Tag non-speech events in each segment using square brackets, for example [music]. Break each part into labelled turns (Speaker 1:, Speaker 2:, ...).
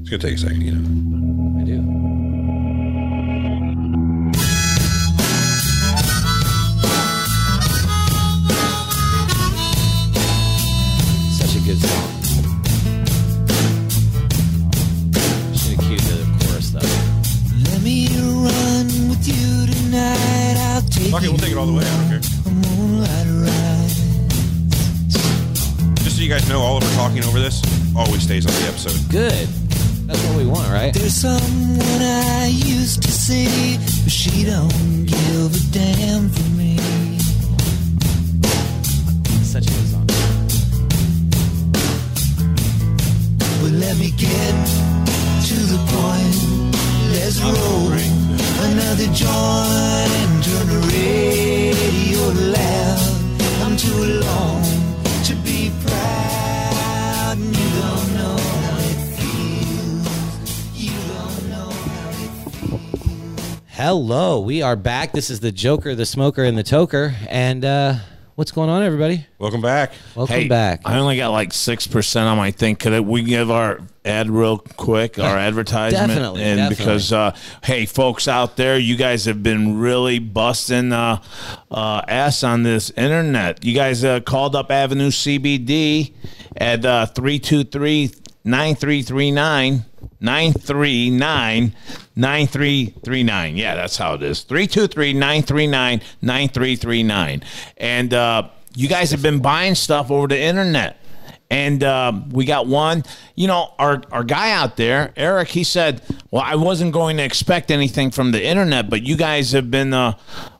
Speaker 1: It's gonna take a second, you know.
Speaker 2: I do. Such a good song. Should have cued the chorus though.
Speaker 3: Let me run with you tonight. I'll take
Speaker 1: Fuck it, we'll take it all the way. I don't care.
Speaker 3: a moonlight ride.
Speaker 1: Just so you guys know, all of our talking over this always stays on the episode.
Speaker 2: Good. That's what we want, right?
Speaker 3: There's someone I used to see, but she don't give a damn for me.
Speaker 2: Such a good song.
Speaker 3: But let me get to the point. Let's roll another joint and turn the radio loud. I'm too alone to be proud, and you don't know how it feels. You don't know how it
Speaker 2: Hello, we are back. This is the Joker, the Smoker, and the Toker. And uh, what's going on, everybody?
Speaker 1: Welcome back.
Speaker 2: Welcome back.
Speaker 4: I only got like six percent on my thing. Could we give our ad real
Speaker 2: [laughs]
Speaker 4: quick, our advertisement?
Speaker 2: Definitely,
Speaker 4: And
Speaker 2: definitely.
Speaker 4: because uh, hey, folks out there, you guys have been really busting uh, uh, ass on this internet. You guys uh, called up Avenue CBD at uh, 323-9339. 939 9339. Yeah, that's how it is. 323 939 9339. And uh, you guys have been buying stuff over the internet. And um, we got one, you know, our, our guy out there, Eric, he said, Well, I wasn't going to expect anything from the internet, but you guys have been uh,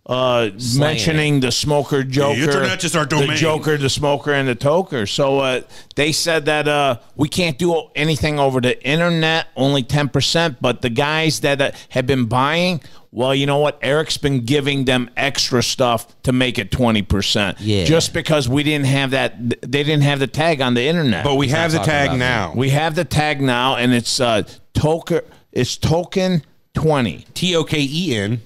Speaker 4: uh, mentioning the smoker joker.
Speaker 1: internet is our
Speaker 4: The
Speaker 1: domain.
Speaker 4: joker, the smoker, and the toker. So uh, they said that uh, we can't do anything over the internet, only 10%, but the guys that uh, have been buying, well, you know what? Eric's been giving them extra stuff to make it 20%.
Speaker 2: Yeah.
Speaker 4: Just because we didn't have that, they didn't have the tag on the internet.
Speaker 1: But we have the
Speaker 2: talking
Speaker 1: tag
Speaker 2: about
Speaker 1: now.
Speaker 4: we have the tag now, and it's uh, toker. It's token twenty.
Speaker 1: T O K E N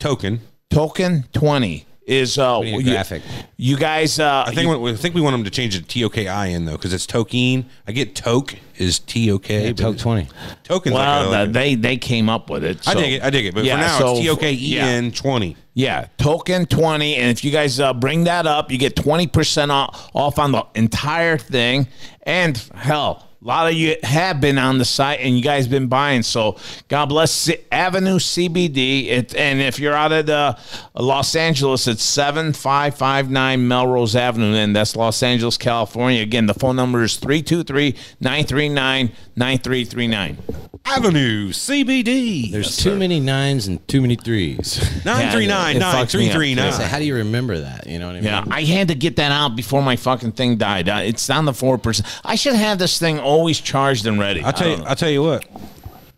Speaker 1: token.
Speaker 4: Token twenty is uh,
Speaker 2: need a
Speaker 4: you-
Speaker 2: graphic.
Speaker 4: You, guys, uh,
Speaker 1: I think we- I think we want them to change it to T O K I N though, because it's token. I get toke is T O K. but
Speaker 2: Toke 20.
Speaker 1: Token's
Speaker 4: well,
Speaker 1: like a-
Speaker 4: th- they they came up with it.
Speaker 1: I
Speaker 4: so-
Speaker 1: dig it. I dig it. But for now,
Speaker 4: so-
Speaker 1: it's T O K E
Speaker 4: yeah.
Speaker 1: N twenty.
Speaker 4: Yeah, token 20. And if you guys uh, bring that up, you get 20% off, off on the entire thing. And hell, a lot of you have been on the site and you guys been buying. So God bless C- Avenue CBD. It, and if you're out at uh, Los Angeles, it's 7559 Melrose Avenue. And that's Los Angeles, California. Again, the phone number is 323 939 9339.
Speaker 1: Avenue CBD.
Speaker 2: There's too many nines and too many threes. [laughs]
Speaker 1: nine three nine
Speaker 4: it
Speaker 1: nine
Speaker 4: fucks me
Speaker 1: three
Speaker 4: up.
Speaker 1: three
Speaker 2: So
Speaker 1: nine.
Speaker 2: how do you remember that? You know what I mean?
Speaker 4: Ah. Yeah, I had to get that out before my fucking thing died. Uh, it's down to four percent. I should have this thing always charged and ready.
Speaker 1: I'll tell you. I'll tell you what. Um,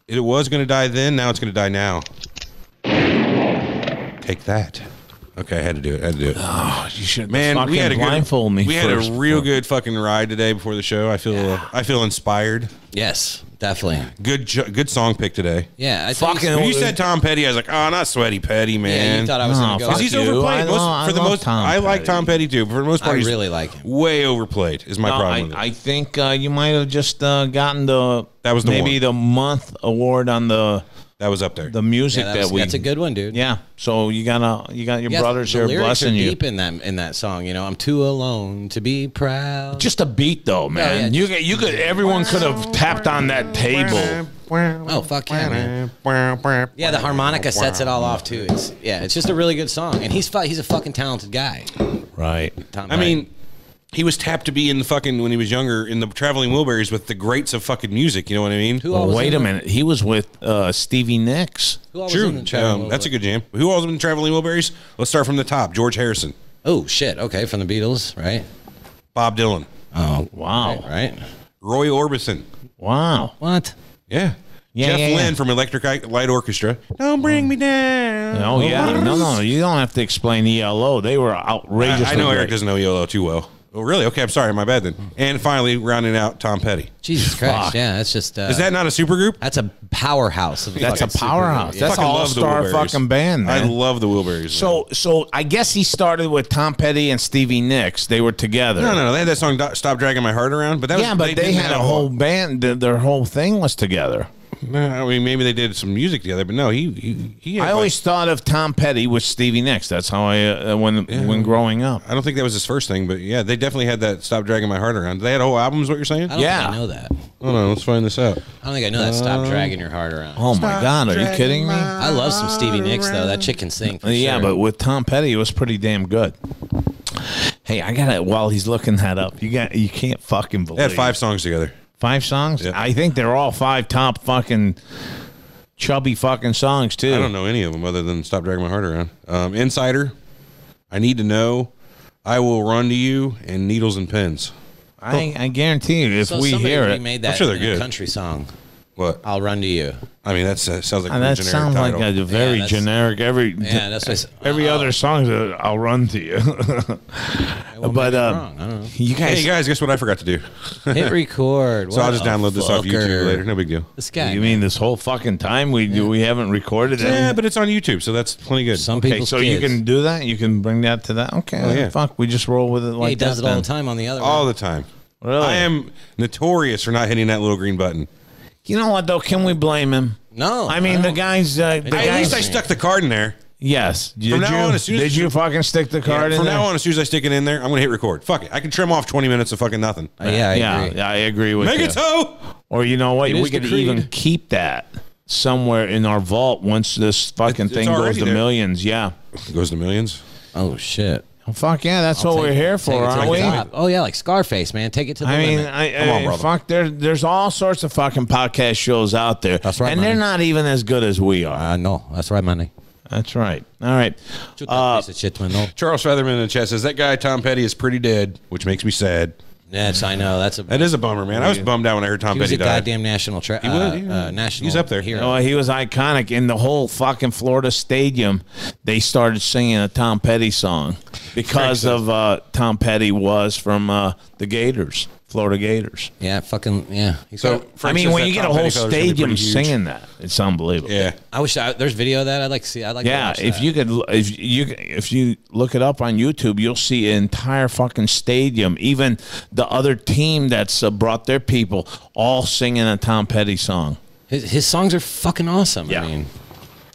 Speaker 1: It was going to die then. Now it's going to die now. Take that. Okay, I had to do it. I had to do it.
Speaker 4: I, you should
Speaker 1: Man, we had a good,
Speaker 4: blindfold me.
Speaker 1: We had
Speaker 4: first.
Speaker 1: a real good fucking ride today before the show. I feel I feel inspired.
Speaker 2: Yes, definitely.
Speaker 1: Good jo- good song pick today.
Speaker 2: Yeah. I
Speaker 4: Fucking-
Speaker 2: think
Speaker 1: When you
Speaker 4: Well,
Speaker 1: said Tom Petty, I was like, oh, not sweaty Petty, man.
Speaker 2: yeah, you thought I was
Speaker 4: No,
Speaker 2: going to go.
Speaker 4: fuck
Speaker 1: Because he's
Speaker 4: you.
Speaker 1: overplayed.
Speaker 4: I
Speaker 1: Most,
Speaker 4: love-
Speaker 1: for
Speaker 4: I
Speaker 1: the
Speaker 4: love
Speaker 1: most,
Speaker 4: Tom
Speaker 1: I like
Speaker 4: Petty.
Speaker 1: Tom Petty too. But for the most part,
Speaker 2: I
Speaker 1: he's
Speaker 2: really like him.
Speaker 1: Way overplayed is my
Speaker 4: No,
Speaker 1: problem.
Speaker 4: I,
Speaker 1: with it.
Speaker 4: I think uh, you might have just uh, gotten the
Speaker 1: That was the
Speaker 4: maybe
Speaker 1: one.
Speaker 4: the month award on the
Speaker 1: that was up there.
Speaker 4: the music
Speaker 2: Yeah, that
Speaker 4: that,
Speaker 2: was-
Speaker 4: we.
Speaker 2: that's a good one, dude.
Speaker 4: Yeah, so you got a you got your
Speaker 2: Yes,
Speaker 4: brothers
Speaker 2: the
Speaker 4: here
Speaker 2: lyrics
Speaker 4: blessing
Speaker 2: are
Speaker 4: you.
Speaker 2: deep in that in that song. You know, I'm too alone to be proud.
Speaker 4: Just a beat though,
Speaker 2: Oh, yeah,
Speaker 4: man. you could you could everyone could have tapped on that table.
Speaker 2: oh fuck yeah, man. Yeah, the harmonica sets it all off too. It's yeah, it's just a really good song, and he's fu- he's a fucking talented guy.
Speaker 4: Right.
Speaker 2: Tom
Speaker 1: I mean, he was tapped to be in the fucking when he was younger in the traveling Wilburys with the greats of fucking music. You know what I mean?
Speaker 2: who all was in
Speaker 4: Wait a
Speaker 2: the-
Speaker 4: minute. He was with uh, Stevie Nicks.
Speaker 2: Who all was in
Speaker 1: True.
Speaker 2: the Traveling
Speaker 1: Um, that's a
Speaker 2: Wilburys?
Speaker 1: good jam. Who all's been in traveling Wilburys? Let's start from the top. George Harrison,
Speaker 2: Oh shit. Okay, from the Beatles, right?
Speaker 1: Bob Dylan,
Speaker 2: Oh
Speaker 4: Wow.
Speaker 2: right.
Speaker 1: Roy Orbison.
Speaker 4: Wow.
Speaker 2: What?
Speaker 1: Yeah.
Speaker 4: Yeah,
Speaker 1: Jeff
Speaker 4: yeah, Mm. yeah.
Speaker 1: Lynne from Electric Eye- Light Orchestra. Don't bring me down.
Speaker 4: Oh yeah, no, no, you don't have to explain ELO. They were
Speaker 1: I,
Speaker 4: outrageous.
Speaker 1: I know E Eric doesn't know ELO too well. Oh, really? Okay, I'm sorry. My bad then.
Speaker 4: Mm.
Speaker 1: And finally, rounding out Tom Petty.
Speaker 2: Jesus Christ. Yeah, that's just. Uh,
Speaker 1: Is that not a supergroup?
Speaker 2: That's a powerhouse. Of
Speaker 4: That's a
Speaker 2: fucking
Speaker 4: powerhouse.
Speaker 2: supergroup.
Speaker 4: That's
Speaker 1: Fucking
Speaker 4: an all
Speaker 1: love the
Speaker 4: star
Speaker 1: Wilburys.
Speaker 4: fucking band, man.
Speaker 1: I love the Wilburys.
Speaker 4: so, so I guess he started with Tom Petty and Stevie Nicks. They were together.
Speaker 1: no, no, no. They had that song Do- "Stop Dragging My Heart Around," but that was,
Speaker 4: Yeah, but they,
Speaker 1: didn't
Speaker 4: had a
Speaker 1: have
Speaker 4: whole band. th- Their whole thing was together.
Speaker 1: No, I mean, maybe they did some music together, but no, he he. he had
Speaker 4: I always thought of Tom Petty with Stevie Nicks. That's how I uh, when when growing up.
Speaker 1: like- I don't think that was his first thing, but yeah, they definitely had that "Stop Dragging My Heart Around." They had whole albums. What you're saying?
Speaker 2: I don't
Speaker 4: Yeah.
Speaker 2: think I know that.
Speaker 1: Hold on, let's find this out.
Speaker 2: I don't think I know that. Stop dragging your heart around.
Speaker 4: Oh my God, are you kidding me? Uh,
Speaker 2: I love some Stevie Nicks though. That chick can sing. For
Speaker 4: Yeah,
Speaker 2: sure.
Speaker 4: but with Tom Petty, it was pretty damn good. Hey, I got it. While he's looking that up, you got you can't fucking believe
Speaker 1: They had five songs together.
Speaker 4: five songs.
Speaker 1: Yeah.
Speaker 4: I think they're all five top fucking chubby fucking songs too.
Speaker 1: I don't know any of them other than "Stop Dragging My Heart Around." Um, Insider, I need to know. I will run to you and needles and pins.
Speaker 4: I, I guarantee you, if
Speaker 2: so
Speaker 4: we
Speaker 2: somebody
Speaker 4: hear it,
Speaker 2: remade
Speaker 1: I'm
Speaker 2: that
Speaker 1: sure they're
Speaker 2: in a
Speaker 1: good.
Speaker 2: country song.
Speaker 1: What?
Speaker 2: I'll run to you.
Speaker 1: I mean, that sounds like
Speaker 4: Uh,
Speaker 1: a
Speaker 4: that
Speaker 1: generic
Speaker 4: sounds
Speaker 1: title.
Speaker 4: like a very
Speaker 2: that's-
Speaker 4: generic every
Speaker 2: Yeah, that's what I s-
Speaker 4: every
Speaker 2: Oh.
Speaker 4: other song. That I'll run to you, [laughs]
Speaker 2: Well,
Speaker 4: but
Speaker 2: maybe I'm
Speaker 4: um,
Speaker 2: wrong. I don't know.
Speaker 4: you guys,
Speaker 1: Hey, you guys, guess what I forgot to do? so
Speaker 2: [laughs] Hit record.
Speaker 1: I'll
Speaker 2: What
Speaker 1: just
Speaker 2: a
Speaker 1: download this off YouTube
Speaker 2: fucker.
Speaker 1: later. No big deal.
Speaker 2: This guy.
Speaker 4: you mean this whole fucking time we we haven't recorded it?
Speaker 1: Yeah, but it's on YouTube, so that's plenty good.
Speaker 2: some
Speaker 4: okay,
Speaker 2: people's
Speaker 4: so you
Speaker 2: kids.
Speaker 4: can do that. You can bring that to that. Okay,
Speaker 1: Oh, yeah.
Speaker 4: fuck, we just roll with it
Speaker 2: Yeah,
Speaker 4: like
Speaker 2: he does it
Speaker 4: that
Speaker 2: all the
Speaker 4: then.
Speaker 2: time on the other.
Speaker 1: all
Speaker 2: one.
Speaker 1: the time.
Speaker 4: Really?
Speaker 1: I am notorious for not hitting that little green button.
Speaker 4: You know what though? Can we blame him?
Speaker 2: No,
Speaker 4: I mean
Speaker 2: I
Speaker 4: the
Speaker 2: don't-
Speaker 4: guy's. Uh, the
Speaker 2: I-
Speaker 1: At
Speaker 4: guy's-
Speaker 1: least I stuck the card in there.
Speaker 4: Yes. Did
Speaker 1: now
Speaker 4: you?
Speaker 1: on, as soon as-
Speaker 4: did you fucking stick the card in
Speaker 1: From
Speaker 4: there?
Speaker 1: now on, as soon as I stick it in there, I'm gonna hit record. Fuck it. I can trim off 20 minutes of fucking nothing.
Speaker 2: Uh, yeah, I
Speaker 4: yeah,
Speaker 2: agree.
Speaker 4: yeah, I agree with you.
Speaker 1: Make it so.
Speaker 4: Or you know what?
Speaker 2: It is
Speaker 4: We could
Speaker 2: the creed.
Speaker 4: even keep that somewhere in our vault once this
Speaker 1: It's-
Speaker 4: fucking
Speaker 1: it's
Speaker 4: thing goes
Speaker 1: already
Speaker 4: to
Speaker 1: there.
Speaker 4: millions. Yeah.
Speaker 1: Goes to millions.
Speaker 2: Oh shit.
Speaker 4: Well, fuck yeah, that's what we're
Speaker 2: Take it-
Speaker 4: here
Speaker 2: take it
Speaker 4: for,
Speaker 2: to the
Speaker 4: aren't we?
Speaker 2: top. Oh yeah, like Scarface, man. Take it to the
Speaker 4: I mean,
Speaker 2: limit.
Speaker 4: I,
Speaker 1: Come on,
Speaker 4: I-
Speaker 1: brother.
Speaker 4: fuck. There, there's all sorts of fucking podcast shows out there,
Speaker 2: That's right,
Speaker 4: and
Speaker 2: man.
Speaker 4: they're not even as good as we are.
Speaker 2: uh, no, that's right, money.
Speaker 4: That's right. All right.
Speaker 2: Uh, shit, man. No.
Speaker 1: Charles Featherman in the chat says that guy Tom Petty is pretty dead, which makes me sad.
Speaker 2: Yes, I know. That's a.
Speaker 1: That is a bummer, man. I was bummed out when I heard Tom
Speaker 2: he was
Speaker 1: Petty
Speaker 2: a
Speaker 1: died.
Speaker 2: goddamn national. Tra- uh,
Speaker 1: was, yeah.
Speaker 2: uh, national.
Speaker 1: He's up there.
Speaker 2: Hero.
Speaker 4: Oh, he was iconic in the whole fucking Florida stadium. They started singing a Tom Petty song because of uh, Tom Petty was from uh, the Gators, Florida Gators.
Speaker 2: Yeah, fucking yeah. He's
Speaker 1: So
Speaker 2: got-
Speaker 1: Frank
Speaker 4: I mean,
Speaker 1: says
Speaker 4: when
Speaker 1: that
Speaker 4: you get
Speaker 1: Tom
Speaker 4: a whole
Speaker 1: Petty fellow is gonna be
Speaker 4: stadium
Speaker 1: pretty huge.
Speaker 4: singing that, it's unbelievable.
Speaker 1: yeah,
Speaker 2: I wish I, there's video of that. I'd like to see. I'd like. to
Speaker 4: Yeah,
Speaker 2: watch
Speaker 4: if
Speaker 2: that.
Speaker 4: you could, if you if you look it up on YouTube, you'll see an entire fucking stadium, even the other team that's uh, brought their people, all singing a Tom Petty song.
Speaker 2: his, his songs are fucking awesome.
Speaker 4: Yeah.
Speaker 2: I mean,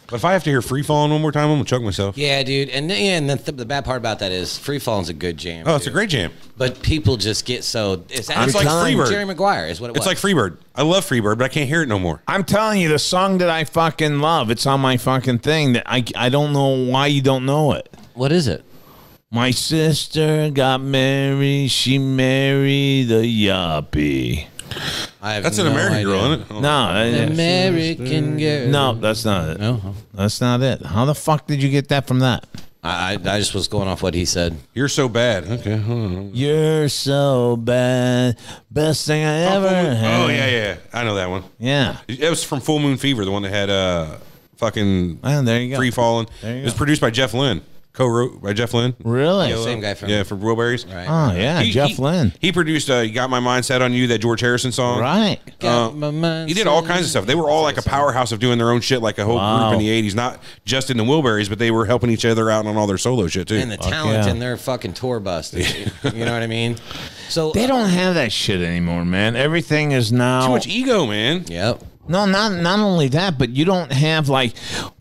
Speaker 1: but if I have to hear "Free Falling" one more time, I'm gonna choke myself.
Speaker 2: yeah, dude. And yeah, and the, the bad part about that is Free Falling's a good jam.
Speaker 1: Oh, it's a
Speaker 2: dude.
Speaker 1: great jam.
Speaker 2: But people just get so. Is that
Speaker 1: I'm
Speaker 2: it's like
Speaker 1: telling you.
Speaker 2: Freebird. Jerry Maguire is what it
Speaker 1: It's
Speaker 2: was.
Speaker 1: like Freebird. I love Freebird, but I can't hear it no more.
Speaker 4: I'm telling you, the song that I fucking love, it's on my fucking thing. That I I don't know why you don't know it.
Speaker 2: what is it?
Speaker 4: My sister got married. She married a yuppie.
Speaker 2: I have
Speaker 1: That's
Speaker 2: no
Speaker 1: an American
Speaker 2: idea.
Speaker 1: girl, isn't it? Oh.
Speaker 4: No, that-
Speaker 2: American girl.
Speaker 4: no, that's not it.
Speaker 2: No.
Speaker 4: That's not it. How the fuck did you get that from that?
Speaker 2: I, I I just was going off what he said.
Speaker 1: You're so bad. Okay. hold on.
Speaker 4: You're so bad. Best thing I ever had.
Speaker 1: Oh yeah, yeah. I know that one.
Speaker 4: Yeah.
Speaker 1: It was from Full Moon Fever, the one that had uh fucking
Speaker 4: Oh, there you go.
Speaker 1: Free Falling.
Speaker 4: There you
Speaker 1: It was
Speaker 4: go.
Speaker 1: produced by Jeff Lynn, co-wrote by Jeff Lynn.
Speaker 4: Really?
Speaker 2: Same guy from
Speaker 1: yeah, from Wilburys.
Speaker 2: Right.
Speaker 4: Oh, yeah.
Speaker 1: He-
Speaker 4: Jeff
Speaker 1: he-
Speaker 4: Lynn.
Speaker 1: He produced uh, "You Got My Mind Set on You," that George Harrison song.
Speaker 4: Right.
Speaker 2: Got my mind
Speaker 1: Uh, He did all
Speaker 2: set.
Speaker 1: kinds of stuff. They were all like a powerhouse of doing their own shit, like a whole
Speaker 4: Wow.
Speaker 1: group in the '80s. Not just in the Wilburys, but they were helping each other out on all their solo shit too.
Speaker 2: and the talent
Speaker 4: yeah.
Speaker 2: in their fucking tour bus. dude.
Speaker 4: [laughs]
Speaker 2: you know what I mean? So
Speaker 4: They don't have that shit anymore, man. Everything is now
Speaker 1: Too
Speaker 2: Oh.
Speaker 1: much ego, man.
Speaker 2: uh, Yep.
Speaker 4: No, not not only that, but you don't have like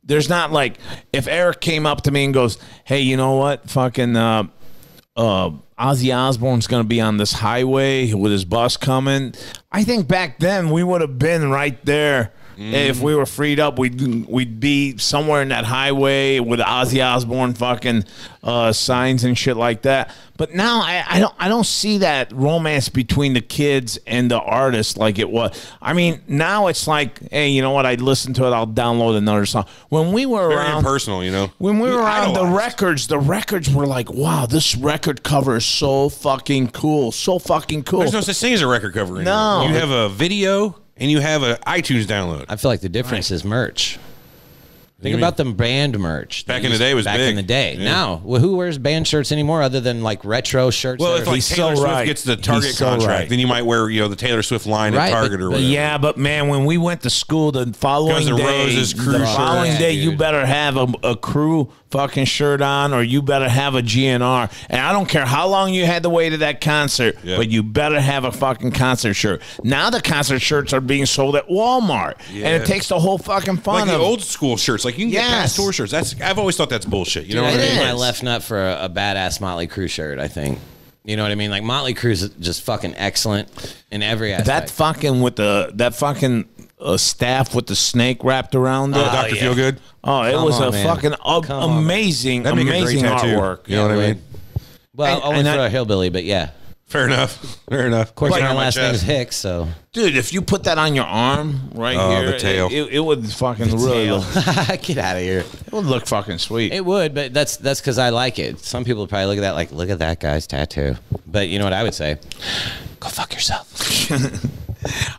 Speaker 4: there's not like if Eric came up to me and goes, "Hey, you know what? Fucking uh uh Ozzy Osbourne's going to be on this highway with his bus coming." I think back then we would have been right there. If we were freed up, we'd we'd be somewhere in that highway with Ozzy Osbourne fucking uh, signs and shit like that. But now I, I don't I don't see that romance between the kids and the artist like it was. I mean, now it's like, hey, you know what? I listen to it. I'll download another song. When we were
Speaker 1: Very
Speaker 4: around,
Speaker 1: impersonal, you know.
Speaker 4: when we were on the
Speaker 1: idolized.
Speaker 4: records, the records were like, wow, this record cover is so fucking cool, so fucking cool.
Speaker 1: There's no such thing as a record cover. anymore.
Speaker 4: No.
Speaker 1: you have a video and you have an iTunes download.
Speaker 2: I feel like the difference is merch. Think about the band merch. that
Speaker 1: Back in
Speaker 2: used-
Speaker 1: the day was
Speaker 2: back
Speaker 1: big.
Speaker 2: in the day.
Speaker 1: Yeah.
Speaker 2: Now, well, who wears band shirts anymore other than like retro shirts?
Speaker 1: Well,
Speaker 2: that
Speaker 1: if
Speaker 2: are-
Speaker 1: like
Speaker 4: He's
Speaker 1: Taylor
Speaker 4: so
Speaker 1: Swift
Speaker 4: right.
Speaker 1: gets the
Speaker 4: He's
Speaker 1: Target
Speaker 4: so
Speaker 1: contract,
Speaker 4: right.
Speaker 1: then you might wear you know the Taylor Swift line at
Speaker 2: Right, but-
Speaker 1: Target or
Speaker 2: but
Speaker 1: whatever.
Speaker 4: Yeah, but man, when we went to school the following
Speaker 1: Guns N'
Speaker 4: day,
Speaker 1: Roses crew
Speaker 4: the
Speaker 1: shirts,
Speaker 4: following day, you
Speaker 2: dude.
Speaker 4: better have a, a crew fucking shirt on, or you better have a GNR. And I don't care how long you had to wait to that concert,
Speaker 1: Yeah.
Speaker 4: but you better have a fucking concert shirt. Now the concert shirts are being sold at Walmart, and
Speaker 1: Yeah.
Speaker 4: it takes the whole fucking fun
Speaker 1: like
Speaker 4: of
Speaker 1: the
Speaker 4: it.
Speaker 1: old school shirts. Like you can get
Speaker 4: Yes.
Speaker 1: past tour shirts. That's I've always thought that's bullshit. You know
Speaker 2: I
Speaker 1: what I
Speaker 4: it
Speaker 2: did
Speaker 1: mean?
Speaker 2: my
Speaker 4: is.
Speaker 2: left nut for a, a badass Motley Crue shirt. I think. You know what I mean? Like Motley Crue's just fucking excellent in every aspect.
Speaker 4: that fucking with the that fucking uh, staff with the snake wrapped around it.
Speaker 1: Oh, Dr. Feelgood.
Speaker 4: Oh, it
Speaker 2: Come
Speaker 4: was a
Speaker 2: on, man.
Speaker 4: fucking ab-
Speaker 2: Come on.
Speaker 4: amazing,
Speaker 1: That'd make a great
Speaker 4: amazing
Speaker 1: tattoo.
Speaker 4: artwork.
Speaker 1: You know what I
Speaker 2: would.
Speaker 1: mean?
Speaker 2: well,
Speaker 4: And-
Speaker 2: only
Speaker 4: and
Speaker 2: for
Speaker 4: I-
Speaker 2: a hillbilly, but yeah. Of
Speaker 1: Fair enough. Fair enough. Of
Speaker 2: course, my last name is Hicks, so
Speaker 4: Dude, if you put that on your arm right
Speaker 1: Oh,
Speaker 4: here,
Speaker 1: the tail.
Speaker 4: It, it, it would fucking really look,
Speaker 2: [laughs] get out of here.
Speaker 4: it would look fucking sweet.
Speaker 2: It would, but that's that's because I like it. Some people probably look at that like, look at that guy's tattoo. But you know what I would say? Go fuck yourself.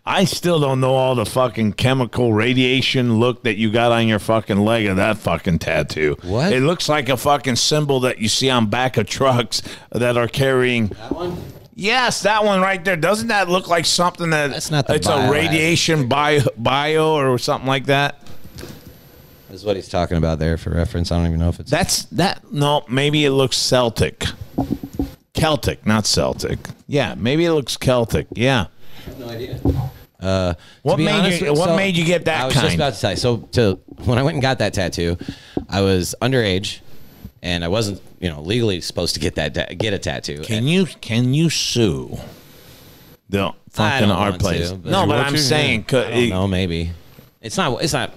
Speaker 4: I still don't know all the fucking chemical radiation look that you got on your fucking leg of that fucking tattoo.
Speaker 2: What?
Speaker 4: It looks like a fucking symbol that you see on back of trucks that are carrying.
Speaker 2: That one.
Speaker 4: Yes, that one right there. Doesn't that look like something that
Speaker 2: That's not the
Speaker 4: it's
Speaker 2: bio
Speaker 4: a
Speaker 2: ad.
Speaker 4: radiation bio, bio or something like that?
Speaker 2: Is what he's talking about there for reference. I don't even know if it's
Speaker 4: That's that. No, maybe it looks Celtic. Celtic, not Celtic. Yeah, maybe it looks Celtic. Yeah.
Speaker 2: no idea.
Speaker 4: What
Speaker 2: To be
Speaker 4: made
Speaker 2: honest
Speaker 4: you?
Speaker 2: with-
Speaker 4: What
Speaker 2: so,
Speaker 4: made you get that
Speaker 2: I was
Speaker 4: kind?
Speaker 2: just about to say. So, to when I went and got that tattoo, I was underage, and I wasn't, you know, legally supposed to get that ta- get a tattoo.
Speaker 4: can you? Can you sue? The fucking
Speaker 2: don't
Speaker 4: art
Speaker 2: want
Speaker 4: place.
Speaker 2: to, but-
Speaker 4: no,
Speaker 2: You
Speaker 4: but
Speaker 1: want
Speaker 4: I'm
Speaker 1: to?
Speaker 4: saying, could,
Speaker 2: I don't know, maybe it's not. It's not.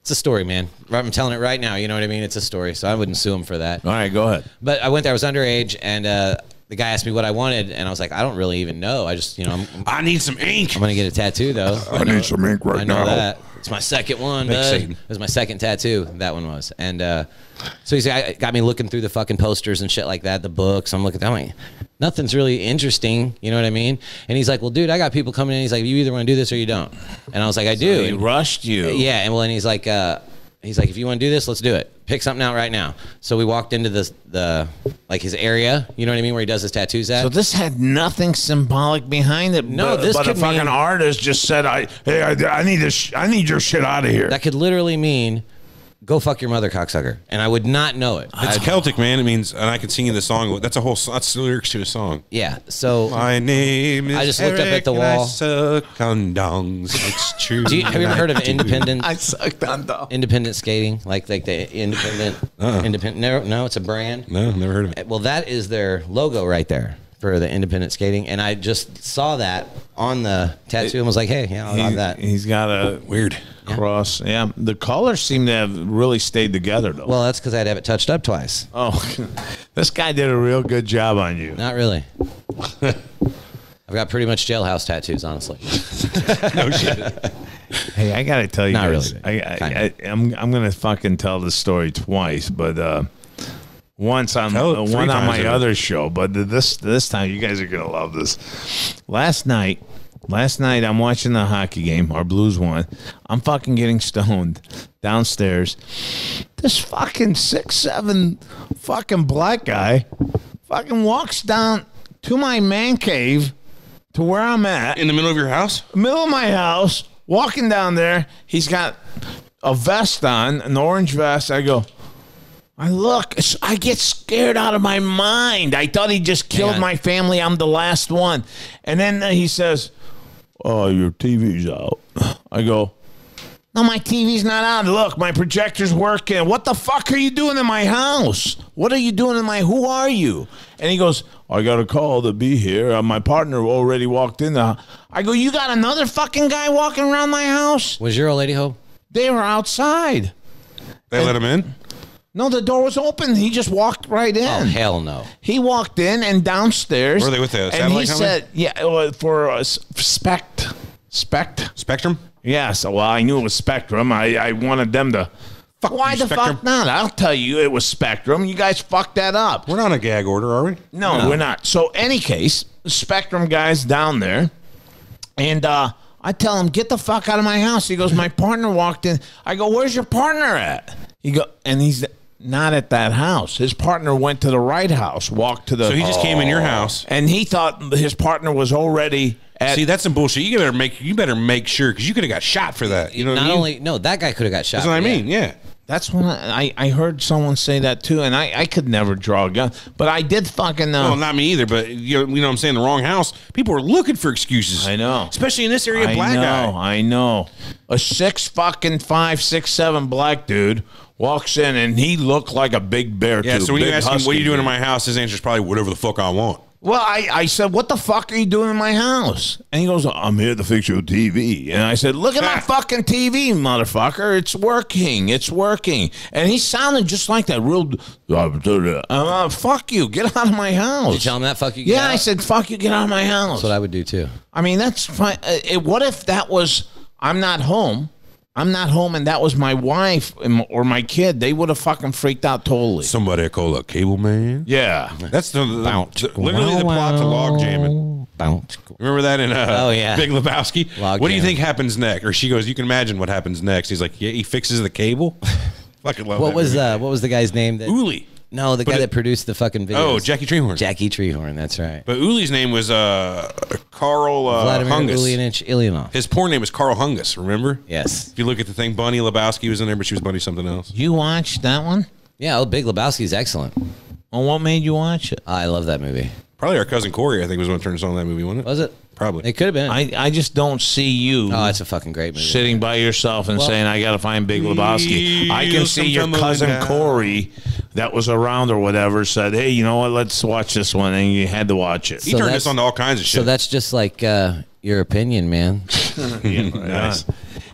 Speaker 2: It's a story, man. I'm telling it right now. You know what I mean? It's a story, so I wouldn't sue him for that.
Speaker 4: all right, go ahead.
Speaker 2: But I went there. I was underage, and uh, the guy asked me what I wanted, and I was like, I don't really even know. I just, you know, I'm, I'm
Speaker 1: I need some ink.
Speaker 2: gonna get a tattoo
Speaker 4: [laughs]
Speaker 2: though. I, know-
Speaker 4: need some ink right
Speaker 2: I know
Speaker 4: now.
Speaker 2: that. It's my second one. Bud.
Speaker 1: Satan.
Speaker 2: It was my second tattoo. That one was, and uh, so he's I, got me looking through the fucking posters and shit like that, the books. I'm looking. I'm like, nothing's really interesting. You know what I mean? And he's like, Well, dude, I got people coming in. He's like, You either want to do this or you don't. And I was like, I do.
Speaker 4: They
Speaker 2: And-
Speaker 4: rushed you.
Speaker 2: yeah, and well, and he's like, uh, he's like, if you want to do this, let's do it. Pick something out right now. So we walked into this the like his area. You know what I mean, where he does his tattoos at.
Speaker 4: So this had nothing symbolic behind it.
Speaker 2: No,
Speaker 4: but,
Speaker 2: this
Speaker 4: but a
Speaker 2: could
Speaker 4: fucking
Speaker 2: mean-
Speaker 4: artist just said, "I hey, I, I need this. sh- I need your shit out of here."
Speaker 2: that could literally mean, go fuck your mother, cocksucker, and I would not know it.
Speaker 1: It's
Speaker 2: I-
Speaker 1: Celtic, man. It means, and I can sing you the song. That's a whole. song. That's the lyrics to a song.
Speaker 2: yeah. So
Speaker 1: My name is.
Speaker 2: I just looked up at the
Speaker 1: Eric, and I
Speaker 2: wall.
Speaker 1: suck on
Speaker 2: [laughs]
Speaker 1: dongs. It's true.
Speaker 2: do you, have you ever
Speaker 1: and
Speaker 2: heard of
Speaker 1: I do.
Speaker 2: independent
Speaker 4: sucked on dog.
Speaker 2: independent skating? Like like the independent independent. No, no, it's a brand.
Speaker 1: Uh-uh. No, never heard of it.
Speaker 2: Well, that is their logo right there for the independent skating, and I just saw that on the tattoo and was like, hey, yeah, I'll have that.
Speaker 4: He's got a
Speaker 1: Weird.
Speaker 4: cross. Yeah, the colors seem to have really stayed together though.
Speaker 2: Well, that's because I'd have it touched up twice.
Speaker 4: oh, [laughs] this guy did a real good job on you.
Speaker 1: [laughs]
Speaker 2: Not really. I've got pretty much jailhouse tattoos, honestly.
Speaker 1: No shit.
Speaker 4: Hey, I gotta tell you,
Speaker 2: Not
Speaker 4: guys,
Speaker 2: really,
Speaker 4: I,
Speaker 2: kind
Speaker 4: I, I, I'm I'm gonna fucking tell the story twice, but uh, once on
Speaker 1: Tell it
Speaker 4: uh,
Speaker 1: three
Speaker 4: one on
Speaker 1: times, I
Speaker 4: my
Speaker 1: think.
Speaker 4: other show, but th- this this time you guys are gonna love this. Last night, last night I'm watching the hockey game. Our Blues won. I'm fucking getting [laughs] stoned downstairs. This fucking six seven fucking black guy fucking walks down to my man cave to where I'm at
Speaker 1: In the middle of your house?
Speaker 4: middle of my house, walking down there. He's got a vest on, an orange vest. I go, I look, it's, I get scared out of my mind. I thought he just killed
Speaker 2: on.
Speaker 4: my family. I'm the last one. And then he says, Oh, your TV's out. I go, no, my TV's not on. Look, my projector's working. What the fuck are you doing in my house? What are you doing in my? Who are you? And he goes, I got a call to be here. Uh, my partner already walked in. The, I go, you got another fucking guy walking around my house?
Speaker 2: Was your old lady home?
Speaker 4: They were outside.
Speaker 1: They let him in?
Speaker 4: No, the door was open. He just walked right in.
Speaker 2: Oh, hell no.
Speaker 4: He walked in and downstairs.
Speaker 1: Were they with the
Speaker 4: And he
Speaker 1: satellite company?
Speaker 4: said, yeah, uh, for uh, s- spect, spect.
Speaker 1: Spectrum?
Speaker 4: Yeah, so well, I knew it was Spectrum. I, I wanted them to. Fuck Why the
Speaker 1: Spectrum.
Speaker 4: fuck not? I'll tell you, it was Spectrum. You guys fucked that up.
Speaker 1: We're not on a gag order, are we?
Speaker 4: No, we're not. So, any case, Spectrum guys down there, and uh, I I tell him, get the fuck out of my house. He goes, [laughs] my partner walked in. I go, where's your partner at? He go, and he's not at that house. His partner went to the right house, walked to the.
Speaker 1: So he just came in your house.
Speaker 4: and he thought his partner was already at.
Speaker 1: See, that's some bullshit. You better make you better make sure because you could have got shot for that. You know, what
Speaker 2: Not
Speaker 1: I mean?
Speaker 2: only no, that guy could have got shot.
Speaker 1: That's what I
Speaker 2: yeah.
Speaker 1: mean. Yeah.
Speaker 4: that's when I, I I heard someone say that too, and I I could never draw a gun, but I did fucking. Uh,
Speaker 1: Well, not me either, but you know, you know what I'm saying? The wrong house. People are looking for excuses.
Speaker 4: I know.
Speaker 1: Especially in this area,
Speaker 4: I
Speaker 1: black
Speaker 4: know,
Speaker 1: guy.
Speaker 4: I know. A six fucking five, six seven black dude walks in and he looked like a big bear.
Speaker 1: Yeah,
Speaker 4: too,
Speaker 1: so when you
Speaker 4: big
Speaker 1: ask him, what are
Speaker 4: husky
Speaker 1: you doing
Speaker 4: dude.
Speaker 1: in my house? His answer is probably whatever the fuck I want.
Speaker 4: Well, I, I said, what the fuck are you doing in my house? And he goes, I'm here to fix your TV. And I said, look at
Speaker 1: Ah.
Speaker 4: my fucking TV, motherfucker. It's working. It's working. And he sounded just like that real. Uh, fuck you. Get out of my house.
Speaker 2: Did you tell him that fuck you.
Speaker 4: yeah, I said, fuck you. Get out of my house.
Speaker 2: that's what I would do too.
Speaker 4: I mean, that's fine. Uh, it- what if that was I'm not home? I'm not home, and that was my wife and- or my kid. They would have fucking freaked out totally.
Speaker 1: Somebody I call a cable man.
Speaker 4: yeah.
Speaker 1: That's the, the- the- literally the plot to log jamming.
Speaker 2: Bounce.
Speaker 1: Remember that in uh,
Speaker 2: Oh, yeah.
Speaker 1: Big Lebowski?
Speaker 2: Log
Speaker 1: what do you
Speaker 2: jam.
Speaker 1: think happens next? Or she goes, you can imagine what happens next. He's like, yeah, he fixes the cable.
Speaker 2: [laughs]
Speaker 1: Fucking love
Speaker 2: What
Speaker 1: that
Speaker 2: was
Speaker 1: movie.
Speaker 2: uh, what was the guy's name? That,
Speaker 1: Uli.
Speaker 2: No, the
Speaker 1: But
Speaker 2: guy
Speaker 1: it-
Speaker 2: that produced the fucking video.
Speaker 1: Oh, Jackie Treehorn.
Speaker 2: Jackie Treehorn. That's right.
Speaker 1: but Uli's name was uh, Carl uh,
Speaker 2: Vladimir
Speaker 1: Hungus.
Speaker 2: Ulyanich Ilyanov.
Speaker 1: His porn name was Carl Hungus, remember?
Speaker 2: Yes.
Speaker 1: If you look at the thing, Bunny Lebowski was in there, but she was Bunny something else.
Speaker 4: You watched that one?
Speaker 2: Yeah. Oh, Big Lebowski's excellent. Ah,
Speaker 4: Well, what made you watch it?
Speaker 2: I love that movie.
Speaker 1: Probably our cousin Corey, I think, was one turned us on to that movie, wasn't it?
Speaker 2: Was it?
Speaker 1: Probably.
Speaker 2: It could have been.
Speaker 4: I, I just don't see you
Speaker 2: oh, it's a fucking great movie.
Speaker 4: sitting by yourself and saying, I got to find Big Lebowski. I
Speaker 1: Feel
Speaker 4: can see your
Speaker 1: some kind of
Speaker 4: cousin
Speaker 1: guy.
Speaker 4: Corey that was around or whatever said, Hey, you know what? Let's watch this one. And you had to watch it.
Speaker 1: He
Speaker 2: So
Speaker 1: turned
Speaker 2: that's-
Speaker 1: us on to all kinds of shit.
Speaker 2: So that's just like uh, your opinion,
Speaker 1: [laughs]
Speaker 2: man.
Speaker 1: nice.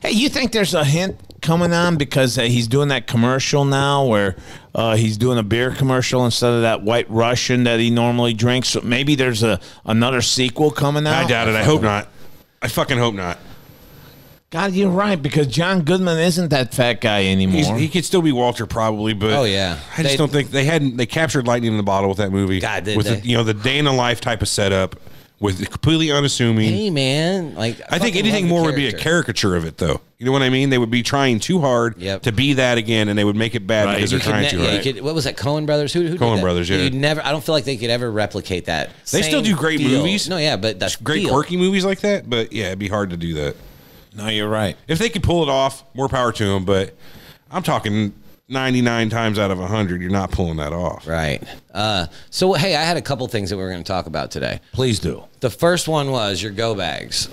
Speaker 4: Hey, you think there's a hint coming on because uh, he's doing that commercial now where uh, he's doing a beer commercial instead of that White Russian that he normally drinks? So maybe there's a another sequel coming out.
Speaker 1: I doubt it. I hope not. I fucking hope not.
Speaker 4: God, you're right because John Goodman isn't that fat guy
Speaker 1: He's,
Speaker 4: anymore.
Speaker 1: he could still be Walter, probably, but
Speaker 2: Oh, yeah.
Speaker 1: I just
Speaker 2: They-
Speaker 1: don't think they hadn't. They captured lightning in the bottle with that movie.
Speaker 2: God, did
Speaker 1: with
Speaker 2: they?
Speaker 1: The, you know the day in the life type of setup with completely unassuming.
Speaker 2: hey, man. Like
Speaker 1: I think
Speaker 2: fucking
Speaker 1: anything
Speaker 2: love the
Speaker 1: more would be a caricature of it, though. You know what I mean? They would be trying too hard
Speaker 2: Yep.
Speaker 1: to be that again, and they would make it bad
Speaker 4: Right.
Speaker 1: because
Speaker 2: You
Speaker 1: they're
Speaker 2: could
Speaker 1: trying
Speaker 2: ne-
Speaker 1: to.
Speaker 2: yeah, you
Speaker 1: right?
Speaker 2: could- what was that? Coen Brothers. Who? who
Speaker 1: Coen
Speaker 2: did that?
Speaker 1: Brothers, yeah.
Speaker 2: You never. I don't feel like they could ever replicate that.
Speaker 1: They still
Speaker 2: same
Speaker 1: do great
Speaker 2: feel.
Speaker 1: movies.
Speaker 2: No, yeah, but that's
Speaker 1: Great quirky movies like that, but yeah, it'd be hard to do that.
Speaker 4: no, you're right.
Speaker 1: If they could pull it off, more power to them. But I'm talking 99 times out of 100, you're not pulling that off.
Speaker 2: Right. Uh, so hey, I had a couple things that we were going to talk about today.
Speaker 4: Please do.
Speaker 2: The first one was your go bags.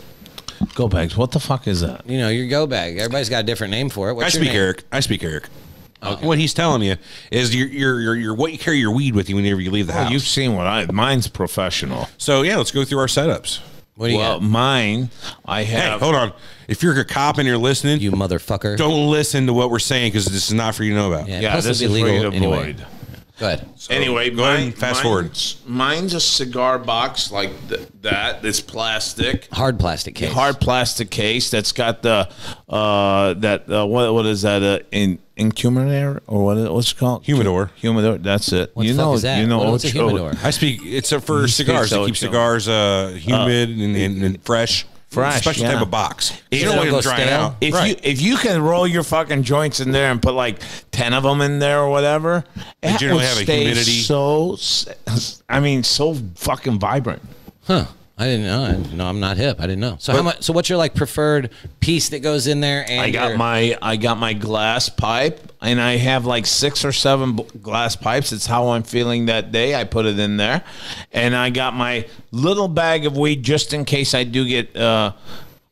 Speaker 4: Go bags. What the fuck is that?
Speaker 2: You know, your go bag. Everybody's got a different name for it. What's
Speaker 1: I
Speaker 2: your
Speaker 1: speak
Speaker 2: name?
Speaker 1: Eric. I speak Eric. What he's telling you is your your your your what you carry your weed with you whenever you leave the
Speaker 4: Oh,
Speaker 1: house.
Speaker 4: you've seen what I. Mine's professional.
Speaker 1: so yeah, let's go through our setups.
Speaker 2: What do you
Speaker 4: well,
Speaker 2: got?
Speaker 4: mine. I
Speaker 1: Hey,
Speaker 4: have.
Speaker 1: hold on. If you're a cop and you're listening,
Speaker 2: You motherfucker.
Speaker 1: don't listen to what we're saying because this is not for you to know about.
Speaker 2: Yeah,
Speaker 4: yeah,
Speaker 2: plus
Speaker 4: this is
Speaker 2: it'd be
Speaker 4: for you
Speaker 2: legal
Speaker 4: to
Speaker 2: anyway.
Speaker 4: avoid.
Speaker 2: Go ahead.
Speaker 4: anyway,
Speaker 1: go ahead
Speaker 4: mine-
Speaker 1: and fast
Speaker 4: mine's- Mine's a cigar box like th- that. It's plastic,
Speaker 2: Hard plastic case.
Speaker 4: hard plastic case that's got the uh that uh, what what is that uh, in incuminator or what is- what's it called
Speaker 1: Humidor.
Speaker 4: humidor. That's it.
Speaker 2: What
Speaker 4: you
Speaker 2: the
Speaker 4: know
Speaker 2: fuck is that?
Speaker 4: you know
Speaker 2: What- what's a
Speaker 4: Ocho-
Speaker 2: humidor?
Speaker 1: I speak. It's uh, for cigars. They
Speaker 4: so
Speaker 1: keep
Speaker 4: chill.
Speaker 1: cigars uh, humid and, and, and fresh.
Speaker 4: Fresh,
Speaker 1: special
Speaker 4: yeah.
Speaker 1: type of box.
Speaker 4: If
Speaker 1: you don't want
Speaker 4: it
Speaker 1: them
Speaker 2: don't go
Speaker 1: drying
Speaker 2: stale,
Speaker 1: out.
Speaker 4: If you if you can roll your fucking joints in there and put like ten of them in there or whatever, that
Speaker 1: generally
Speaker 4: would
Speaker 1: have a
Speaker 4: stay
Speaker 1: humidity-
Speaker 4: So s- I mean, so fucking vibrant.
Speaker 2: Huh. I didn't know. I- no, I'm not hip. I didn't know. So how much? So what's your like preferred piece that goes in there? And
Speaker 4: I got
Speaker 2: your-
Speaker 4: my I got my glass pipe, and I have like six or seven bl- glass pipes. It's how I'm feeling that day. I put it in there, and I got my little bag of weed just in case I do get uh,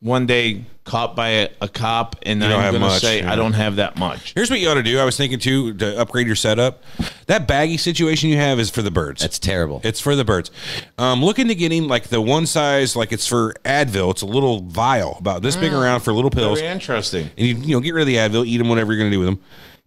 Speaker 4: one day caught by a, a cop, and
Speaker 1: don't
Speaker 4: I'm
Speaker 1: have
Speaker 4: gonna
Speaker 1: much,
Speaker 4: say
Speaker 1: yeah.
Speaker 4: I don't have that much.
Speaker 1: Here's what you ought to do. I was thinking too to upgrade your setup. That baggy situation you have is for the birds.
Speaker 2: That's terrible.
Speaker 1: It's for the birds. Um, look into getting like the one size, like it's for Advil. It's a little
Speaker 2: Mm.
Speaker 1: vial, about this big around for little pills.
Speaker 4: Very interesting.
Speaker 1: And you, you know, get rid of the Advil, eat them, whatever you're going to do with them.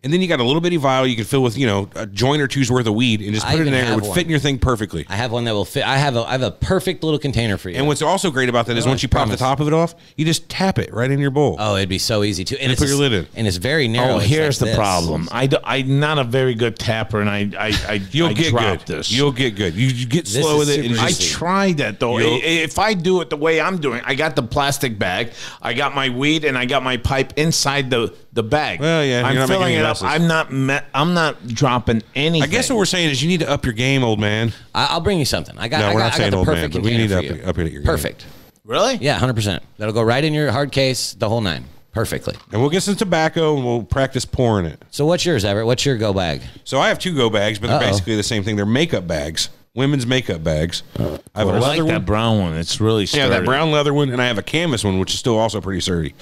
Speaker 1: And then you got a little bitty vial you can fill with, you know, a joint or two's worth of weed and just
Speaker 2: I
Speaker 1: put it in
Speaker 2: even
Speaker 1: there. It
Speaker 2: have
Speaker 1: would
Speaker 2: one.
Speaker 1: fit in your thing perfectly.
Speaker 2: I have one that will fit. I have a I have a perfect little container for you.
Speaker 1: And what's also great about that is once you pop the
Speaker 2: promise.
Speaker 1: top of it off, you just tap it right in your bowl.
Speaker 2: oh, it'd be so easy too. And it's
Speaker 1: put your lid in.
Speaker 2: And it's very narrow.
Speaker 4: Oh,
Speaker 2: It's like
Speaker 4: here's the
Speaker 2: this.
Speaker 4: problem. I am not a very good tapper, and I I, I
Speaker 1: You'll
Speaker 4: I
Speaker 1: get good.
Speaker 4: dropped This.
Speaker 1: You'll get good. You, you get
Speaker 2: This
Speaker 1: slow with
Speaker 2: is
Speaker 1: it. And
Speaker 2: super
Speaker 1: you
Speaker 4: I
Speaker 1: just,
Speaker 2: easy.
Speaker 4: tried that though. I-
Speaker 1: You'll-
Speaker 4: If I do it the way I'm doing, I got the plastic bag, I got my weed, and I got my pipe inside the the bag.
Speaker 1: Well, yeah,
Speaker 4: I'm
Speaker 1: you're not making
Speaker 4: filling
Speaker 1: any
Speaker 4: it up.
Speaker 1: messes.
Speaker 4: I'm not me- I'm not dropping anything.
Speaker 1: I guess what we're saying is you need to up your game, old man.
Speaker 2: I, I'll bring you something. I got.
Speaker 1: No,
Speaker 2: I
Speaker 1: we're
Speaker 2: got,
Speaker 1: not
Speaker 2: I
Speaker 1: saying
Speaker 2: got the
Speaker 1: old man,
Speaker 2: perfect
Speaker 1: but we need
Speaker 2: container
Speaker 1: to
Speaker 2: for
Speaker 1: up-
Speaker 2: you.
Speaker 1: up it at your game.
Speaker 2: perfect.
Speaker 4: really
Speaker 2: Yeah, hundred percent. That'll go right in your hard case. The whole nine. Perfectly.
Speaker 1: And we'll get some tobacco and we'll practice pouring it.
Speaker 2: So what's yours, Everett? What's your go bag?
Speaker 1: So I have two go bags, but they're
Speaker 2: Uh-oh.
Speaker 1: basically the same thing. They're makeup bags, women's makeup bags. I have a
Speaker 4: Uh, I like
Speaker 1: leather
Speaker 4: that
Speaker 1: one.
Speaker 4: brown one. It's really
Speaker 1: Yeah,
Speaker 4: sturdy.
Speaker 1: that brown leather one, and I have a canvas one, which is still also pretty sturdy.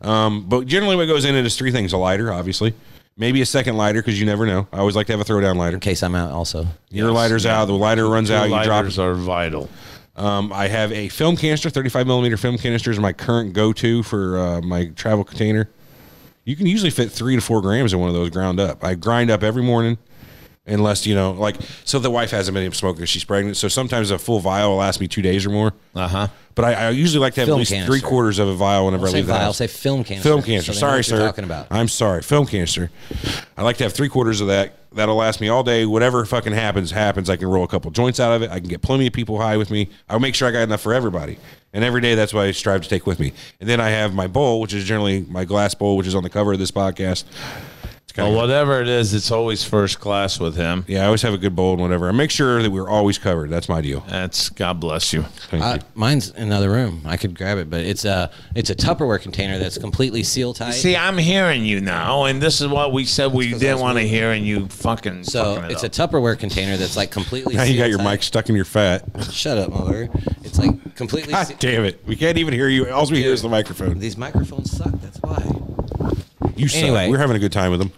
Speaker 1: Um, but generally, what goes in it is three things: a lighter, obviously, maybe a second lighter because you never know. I always like to have a throwdown lighter.
Speaker 2: In case I'm out, also.
Speaker 1: Your lighter's out, the lighter runs
Speaker 4: Two
Speaker 1: out, you drop
Speaker 4: lighters are vital.
Speaker 1: Um, I have a film canister, 35 millimeter film canister is my current go to for uh, my travel container. You can usually fit three to four grams in one of those ground up. I grind up every morning, unless, you know, like, so the wife hasn't been smoking. She's pregnant. So sometimes a full vial will last me two days or more.
Speaker 4: Uh huh.
Speaker 1: But I, I usually like to have
Speaker 2: Uh-huh. Film
Speaker 1: at least
Speaker 2: canister.
Speaker 1: three quarters of a vial whenever I
Speaker 2: Say
Speaker 1: leave the
Speaker 2: vial.
Speaker 1: house.
Speaker 2: Say film canister.
Speaker 1: Film cancer.
Speaker 2: So they know
Speaker 1: sorry,
Speaker 2: what you're
Speaker 1: sir.
Speaker 2: Talking about.
Speaker 1: I'm sorry. Film cancer. I like to have three quarters of that. That'll last me all day. Whatever fucking happens, happens. I can roll a couple joints out of it. I can get plenty of people high with me. I'll make sure I got enough for everybody. And every day, that's what I strive to take with me. And then I have my bowl, which is generally my glass bowl, which is on the cover of this podcast. It's kind
Speaker 4: Well,
Speaker 1: of,
Speaker 4: whatever it is, it's always first class with him.
Speaker 1: yeah, I always have a good bowl and whatever. I make sure that we're always covered. That's my deal.
Speaker 4: That's God bless you.
Speaker 1: Thank
Speaker 2: Uh,
Speaker 1: you.
Speaker 2: mine's in another room. I could grab it, but it's a it's a Tupperware container that's completely seal tight.
Speaker 4: See, I'm hearing you now, and this is what we said we
Speaker 2: 'cause I
Speaker 4: didn't
Speaker 2: was
Speaker 4: want to hear, and you fucking.
Speaker 2: so
Speaker 4: fucking it
Speaker 2: it's
Speaker 4: up.
Speaker 2: a Tupperware container that's like completely.
Speaker 1: Now you got
Speaker 2: seal
Speaker 1: your
Speaker 2: tight.
Speaker 1: mic stuck in your fat.
Speaker 2: Shut up, mother. It's like completely.
Speaker 1: God
Speaker 2: se-
Speaker 1: [laughs] damn it. We can't even hear you. All we hear is the microphone.
Speaker 2: These microphones suck. That's why.
Speaker 1: You suck.
Speaker 2: Anyway.
Speaker 1: We're having a good time with them.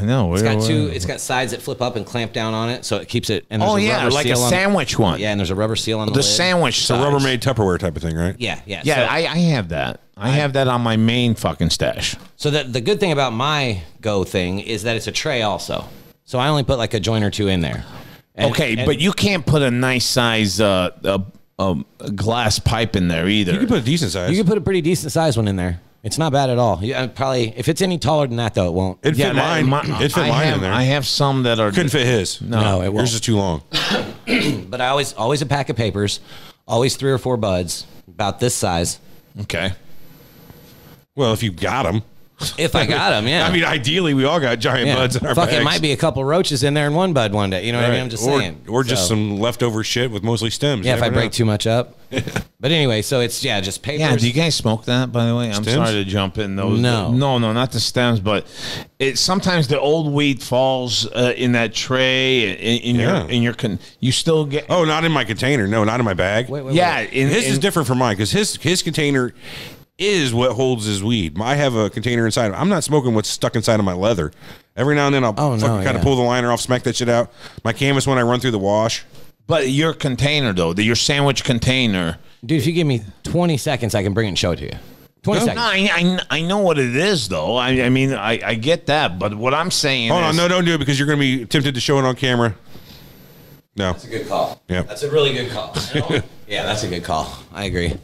Speaker 4: I know.
Speaker 2: It's got two. It's got sides that flip up and clamp down on it, so it keeps it. And there's
Speaker 4: Oh,
Speaker 2: a
Speaker 4: yeah,
Speaker 2: rubber
Speaker 4: like a
Speaker 2: seal on-
Speaker 4: sandwich one.
Speaker 2: Yeah, and there's a rubber seal on the,
Speaker 4: the
Speaker 2: lid.
Speaker 4: sandwich.
Speaker 1: The
Speaker 4: size.
Speaker 1: Rubbermaid Tupperware type of thing, right?
Speaker 2: Yeah, yeah,
Speaker 4: Yeah,
Speaker 2: So,
Speaker 4: I, I have that. I, have that on my main fucking stash.
Speaker 2: so that the good thing about my go thing is that it's a tray also. So I only put like a joint or two in there. And-
Speaker 4: okay,
Speaker 2: and-
Speaker 4: but you can't put a nice size uh, uh, um, glass pipe in there either.
Speaker 1: You can put a decent size.
Speaker 2: You could put a pretty decent sized one in there. It's not bad at all. Yeah, I'd probably if it's any taller than that though, it won't.
Speaker 1: it fit
Speaker 4: yeah, that-
Speaker 1: mine.
Speaker 4: my-
Speaker 1: it fit
Speaker 4: I
Speaker 1: mine
Speaker 4: have,
Speaker 1: in there.
Speaker 4: I have some that are.
Speaker 1: couldn't fit his.
Speaker 2: No, it won't.
Speaker 1: Yours is too long.
Speaker 2: but I always always a pack of papers, always three or four buds about this size.
Speaker 4: Okay.
Speaker 1: Well, if you got them.
Speaker 2: If
Speaker 4: [laughs]
Speaker 2: I got them, yeah.
Speaker 1: I mean, ideally, we all got giant
Speaker 2: yeah.
Speaker 1: buds in our
Speaker 2: Fuck, it
Speaker 1: bags.
Speaker 2: might be a couple roaches in there and one bud one day. You know what I
Speaker 1: Right.
Speaker 2: mean? I'm just
Speaker 1: or,
Speaker 2: saying.
Speaker 1: Or just
Speaker 2: So,
Speaker 1: some leftover shit with mostly stems.
Speaker 2: Yeah,
Speaker 1: You
Speaker 2: if I
Speaker 1: never
Speaker 2: break
Speaker 1: know.
Speaker 2: too much up.
Speaker 1: [laughs]
Speaker 2: but anyway, so it's yeah, just papers.
Speaker 4: Yeah, do you guys smoke that? By the way, I'm
Speaker 1: Stems?
Speaker 4: sorry to jump in those.
Speaker 2: No.
Speaker 4: no, no, not the stems, but it sometimes the old weed falls uh, in that tray in, in
Speaker 1: Yeah.
Speaker 4: your in your con- you still get.
Speaker 1: Oh, not in my container. No, not in my bag.
Speaker 2: Wait, wait,
Speaker 4: yeah,
Speaker 2: wait.
Speaker 4: in,
Speaker 1: his
Speaker 4: in-
Speaker 1: is different from mine because his his container is what holds his weed. I have a container inside. of- I'm not smoking what's stuck inside of my leather. Every now and then, I'll
Speaker 2: Oh, no,
Speaker 1: kind
Speaker 2: yeah.
Speaker 1: of pull the liner off, smack that shit out. My canvas one, I run through the wash.
Speaker 4: But your container though, the, your sandwich container.
Speaker 2: Dude, if you give me 20 seconds, I can bring it and show it to you. 20
Speaker 4: No,
Speaker 2: seconds.
Speaker 4: I, I, I know what it is though. I, I mean, I, I get that, but what I'm saying.
Speaker 1: Hold
Speaker 4: is,
Speaker 1: on, Oh, no, don't do it because you're going to be tempted to show it on camera. No,
Speaker 2: That's a good call.
Speaker 1: Yeah.
Speaker 2: That's a really good call.
Speaker 1: [laughs]
Speaker 2: yeah, that's a good call. I agree.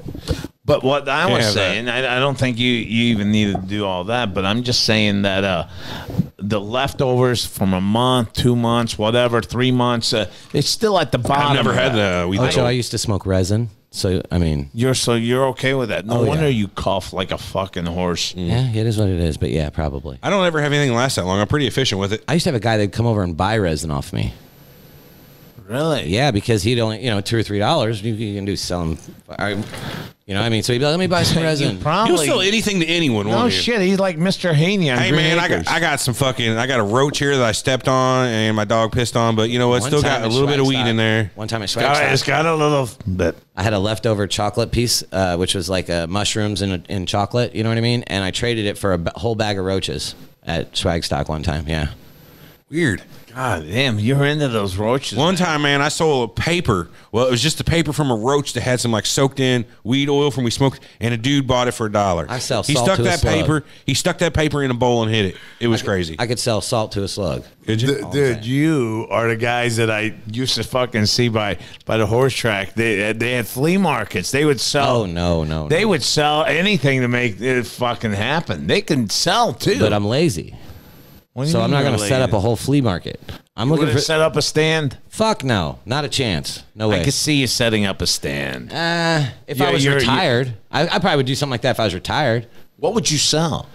Speaker 4: But what I
Speaker 1: Yeah,
Speaker 4: was
Speaker 1: that-
Speaker 4: saying, I, I don't think you, you even need to do all that. But I'm just saying that uh, the leftovers from a month, two months, whatever, three months, uh, it's still at the bottom.
Speaker 1: I've never
Speaker 4: of
Speaker 1: had
Speaker 4: that.
Speaker 1: that. We
Speaker 2: Ocho, I used to smoke resin. So, I mean,
Speaker 4: You're so you're okay with that. No
Speaker 2: Oh, yeah.
Speaker 4: wonder you cough like a fucking horse.
Speaker 2: yeah, it is what it is. But yeah, probably.
Speaker 1: I don't ever have anything last that long. I'm pretty efficient with it.
Speaker 2: I used to have a guy that'd come over and buy resin off me.
Speaker 4: Really?
Speaker 2: Yeah, because he'd only, you know, two or three dollars. You, you can do selling. I, you know what I mean? So he'd be like, let me
Speaker 1: [laughs]
Speaker 2: buy some resin.
Speaker 1: You'll
Speaker 4: Probably.
Speaker 1: sell anything to anyone, won't
Speaker 4: no
Speaker 1: you?
Speaker 4: shit. He's like Mr. Haney. On
Speaker 1: Hey
Speaker 4: Green
Speaker 1: man, I got
Speaker 4: Acres.
Speaker 1: I got some fucking I got a roach here that I stepped on and my dog pissed on, but you know what?
Speaker 2: One
Speaker 1: Still
Speaker 2: time
Speaker 1: got a
Speaker 2: at
Speaker 1: little bit of weed
Speaker 2: Schweigstock-
Speaker 1: in there.
Speaker 2: One time at
Speaker 4: All right,
Speaker 2: Schweigstock,
Speaker 4: it's got a little bit.
Speaker 2: I had a leftover chocolate piece, uh, which was like uh, mushrooms in, in chocolate. You know what I mean? And I traded it for a b- whole bag of roaches at Swagstock one time. Yeah.
Speaker 1: Weird.
Speaker 5: God damn, you're into those roaches.
Speaker 1: One time, man, I sold a paper. Well, it was just the paper from a roach that had some like soaked in weed oil from we smoked, and a dude bought it for a dollar.
Speaker 2: I sell
Speaker 1: He
Speaker 2: salt
Speaker 1: stuck
Speaker 2: to a
Speaker 1: that
Speaker 2: slug.
Speaker 1: paper. He stuck that paper in a bowl and hit it. It was crazy.
Speaker 2: I could sell salt to a slug.
Speaker 1: Did you?
Speaker 4: D- dude, you are the guys that I used to fucking see by by the horse track. They they had flea markets. They would sell.
Speaker 2: Oh no, no,
Speaker 4: They
Speaker 2: no.
Speaker 4: would sell anything to make it fucking happen. They can sell too.
Speaker 2: but I'm lazy,
Speaker 4: What do you
Speaker 2: so I'm
Speaker 4: mean
Speaker 2: not going to
Speaker 4: you're
Speaker 2: set up
Speaker 4: lazy?
Speaker 2: a whole flea market. I'm
Speaker 4: Would
Speaker 2: looking for
Speaker 4: have set up a stand.
Speaker 2: fuck no, not a chance, no
Speaker 4: I
Speaker 2: way.
Speaker 4: could see you setting up a stand.
Speaker 2: Uh, if
Speaker 4: Yeah,
Speaker 2: I was
Speaker 4: you're-
Speaker 2: retired, I, I probably would do something like that. If I was retired,
Speaker 4: What would you sell?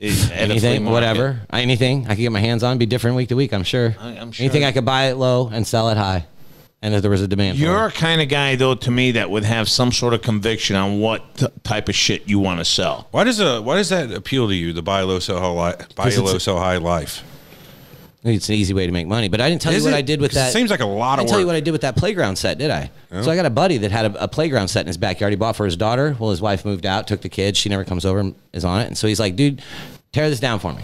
Speaker 4: At a
Speaker 2: [laughs]
Speaker 4: flea
Speaker 2: anything,
Speaker 4: market.
Speaker 2: whatever, anything I could get my hands on, be different week to week. I'm sure.
Speaker 4: I- I'm sure.
Speaker 2: Anything I could buy it low and sell it high, and if there was a demand, for
Speaker 4: You're
Speaker 2: it.
Speaker 4: a kind of guy, though, to me that would have some sort of conviction on what t- type of shit you want to sell.
Speaker 1: Why does uh why does that appeal to you? The buy low sell high, li- buy
Speaker 2: it's-
Speaker 1: low sell high life.
Speaker 2: It's an easy way to make money, but I didn't tell
Speaker 1: Is
Speaker 2: you what
Speaker 1: it?
Speaker 2: I did with
Speaker 1: 'Cause it
Speaker 2: that.
Speaker 1: seems like a lot
Speaker 2: I
Speaker 1: of
Speaker 2: didn't tell you
Speaker 1: work.
Speaker 2: what I did with that playground set, did I? So I got a buddy that had a, a playground set in his backyard. He bought for his daughter. Well, his wife moved out, took the kids. She never comes over, and is on it. And so he's like, "Dude, tear this down for me."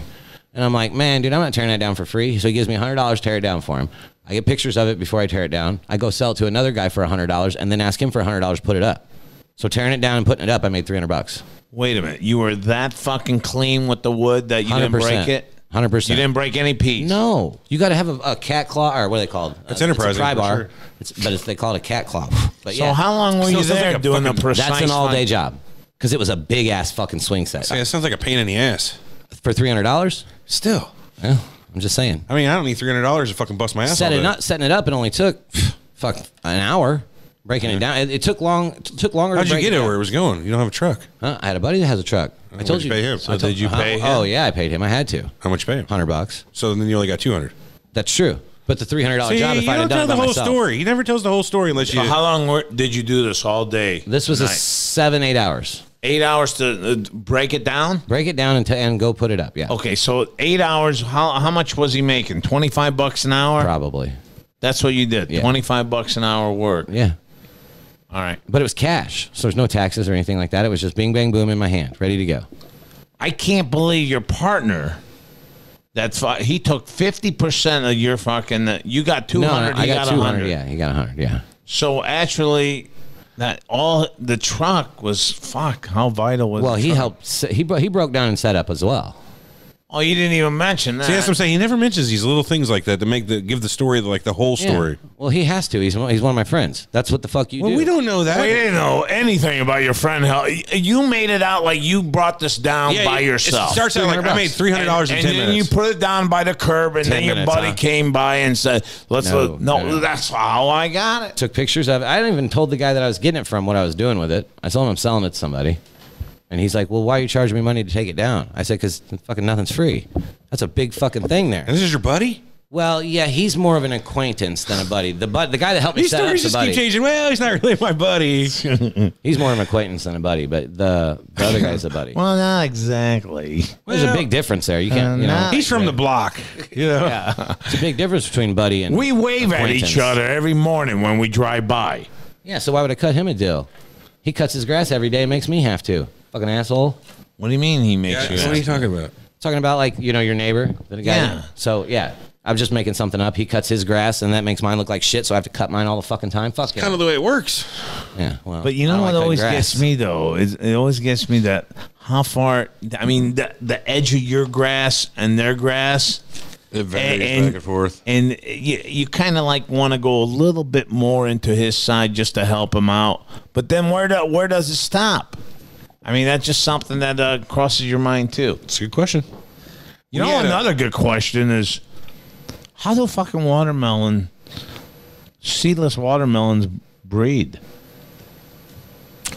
Speaker 2: And I'm like, "Man, dude, I'm not tearing that down for free." So he gives me hundred dollars, tear it down for him. I get pictures of it before I tear it down. I go sell it to another guy for hundred dollars, and then ask him for hundred dollars, to put it up. So tearing it down and putting it up, I made three hundred bucks.
Speaker 4: Wait a minute. You were that fucking clean with the wood that you did not break it?
Speaker 2: Hundred
Speaker 4: You
Speaker 2: percent.
Speaker 4: didn't break any piece.
Speaker 2: No, you got to have a, a cat claw or what are they called? It's
Speaker 1: enterprising,
Speaker 2: It's a pry
Speaker 1: for
Speaker 2: bar,
Speaker 1: sure.
Speaker 2: it's, but it's, they call it a cat claw. But
Speaker 4: So
Speaker 2: yeah,
Speaker 4: how long were
Speaker 1: So
Speaker 4: you
Speaker 1: it sounds
Speaker 4: there
Speaker 1: like a
Speaker 4: doing the
Speaker 1: fucking-
Speaker 4: precise?
Speaker 2: That's an all-day
Speaker 4: line-
Speaker 2: job because it was a big ass fucking swing set
Speaker 1: It sounds like a pain in the ass.
Speaker 2: for three hundred dollars.
Speaker 1: Still,
Speaker 2: Yeah, I'm just saying.
Speaker 1: I mean, I don't need three hundred dollars to fucking bust my ass.
Speaker 2: Set
Speaker 1: all
Speaker 2: it
Speaker 1: day.
Speaker 2: up, setting it up, it only took [sighs] fuck an hour breaking it down. It, it took long. It took longer.
Speaker 1: How'd
Speaker 2: to
Speaker 1: you
Speaker 2: break
Speaker 1: get it
Speaker 2: down.
Speaker 1: where it was going? You don't have a truck.
Speaker 2: Huh? I had a buddy that has a truck. I told
Speaker 1: did
Speaker 2: you.
Speaker 1: you pay him? So
Speaker 2: I told-
Speaker 4: did you
Speaker 2: uh-huh.
Speaker 4: pay him?
Speaker 2: Oh yeah, I paid him. I had to.
Speaker 1: How much you pay him?
Speaker 2: Hundred bucks.
Speaker 1: So then you only got two hundred.
Speaker 2: That's true. But the three hundred dollar
Speaker 1: See,
Speaker 2: job, Oh, if
Speaker 1: you
Speaker 2: I'd
Speaker 1: don't
Speaker 2: have done
Speaker 1: tell
Speaker 2: it by
Speaker 1: the whole
Speaker 2: myself,
Speaker 1: story. He never tells the whole story unless you.
Speaker 4: So how long were, did you do this all day?
Speaker 2: this was a
Speaker 4: Night?
Speaker 2: seven eight hours.
Speaker 4: eight hours to uh, break it down.
Speaker 2: Break it down and, t- and go put it up. Yeah.
Speaker 4: Okay, so eight hours. How how much was he making? Twenty five bucks an hour.
Speaker 2: Probably.
Speaker 4: That's what you did.
Speaker 2: Yeah.
Speaker 4: Twenty five bucks an hour work.
Speaker 2: Yeah.
Speaker 4: All right.
Speaker 2: But it was cash. So there's no taxes or anything like that. It was just bing, bang, boom in my hand, ready to go.
Speaker 4: I can't believe your partner. That's fu- he took fifty percent of your fucking. You got two
Speaker 2: No,
Speaker 4: hundred.
Speaker 2: no, I
Speaker 4: he
Speaker 2: got,
Speaker 4: got,
Speaker 2: 200.
Speaker 4: hundred.
Speaker 2: Yeah, he got 100. Yeah.
Speaker 4: So actually, that all the truck was fuck. How vital was?
Speaker 2: Well,
Speaker 4: the
Speaker 2: he
Speaker 4: truck?
Speaker 2: helped. se- He, bro- he broke down and set up as well.
Speaker 4: Oh, you didn't even mention that.
Speaker 1: See, that's what I'm saying. He never mentions these little things like that to make the give the story like the whole
Speaker 2: Yeah.
Speaker 1: story.
Speaker 2: Well, he has to. He's, one- he's one of my friends. That's what the fuck you
Speaker 1: Well,
Speaker 2: do.
Speaker 1: we don't know that.
Speaker 4: We didn't know anything about your friend. Hell, y- you made it out like you brought this down
Speaker 1: Yeah,
Speaker 4: by
Speaker 1: it-
Speaker 4: yourself.
Speaker 1: It starts out like I made three hundred dollars in
Speaker 4: and
Speaker 1: ten
Speaker 4: then
Speaker 1: minutes.
Speaker 4: you put it down by the curb, and then your
Speaker 2: minutes,
Speaker 4: buddy
Speaker 2: huh?
Speaker 4: came by and said, "Let's
Speaker 2: No,
Speaker 4: look." No,
Speaker 2: no.
Speaker 4: that's how I got it.
Speaker 2: Took pictures of it. I didn't even told the guy that I was getting it from what I was doing with it. I told him I'm selling it to somebody. And he's like, well, why are you charging me money to take it down? I said, because fucking nothing's free. That's a big fucking thing there.
Speaker 1: and this is your buddy.
Speaker 2: Well, yeah, he's more of an acquaintance than a buddy. The bud, the guy that helped me
Speaker 1: These
Speaker 2: set up
Speaker 1: stories
Speaker 2: the
Speaker 1: just keep
Speaker 2: buddy.
Speaker 1: changing. Well, he's not really my buddy.
Speaker 2: [laughs] He's more of an acquaintance than a buddy, but the, the other guy's a buddy.
Speaker 4: [laughs] Well, Uh, not exactly.
Speaker 2: There's a big difference there. You can't. You know,
Speaker 4: not-
Speaker 1: He's from the block. You know?
Speaker 2: it's a big difference between buddy and.
Speaker 4: We wave at
Speaker 2: acquaintance.
Speaker 4: each other every morning when we drive by.
Speaker 2: Yeah, so why would I cut him a deal? He cuts his grass every day, makes me have to. Fucking asshole.
Speaker 4: What do you mean he makes you?
Speaker 1: What are you talking about?
Speaker 2: Talking about like you know your neighbor, the guy.
Speaker 4: Yeah.
Speaker 2: So yeah, I'm just making something up. He cuts his grass, and that makes mine look like shit. So I have to cut mine all the fucking time. Fuck him.
Speaker 1: Kind of the way it works.
Speaker 2: yeah. Well,
Speaker 4: But you
Speaker 2: I
Speaker 4: know
Speaker 2: don't
Speaker 4: what
Speaker 2: like cutting
Speaker 4: always
Speaker 2: grass.
Speaker 4: gets me though is it always gets me that how far I mean the the edge of your grass and their grass
Speaker 1: It
Speaker 4: varies And- back and
Speaker 1: forth.
Speaker 4: and you, you kind of like want to go a little bit more into his side just to help him out. But then where do, where does it stop? I mean, that's just something that uh, crosses your mind too.
Speaker 1: It's a good question.
Speaker 4: You
Speaker 1: We
Speaker 4: know,
Speaker 1: had a-
Speaker 4: another good question is how do fucking watermelon seedless watermelons breed?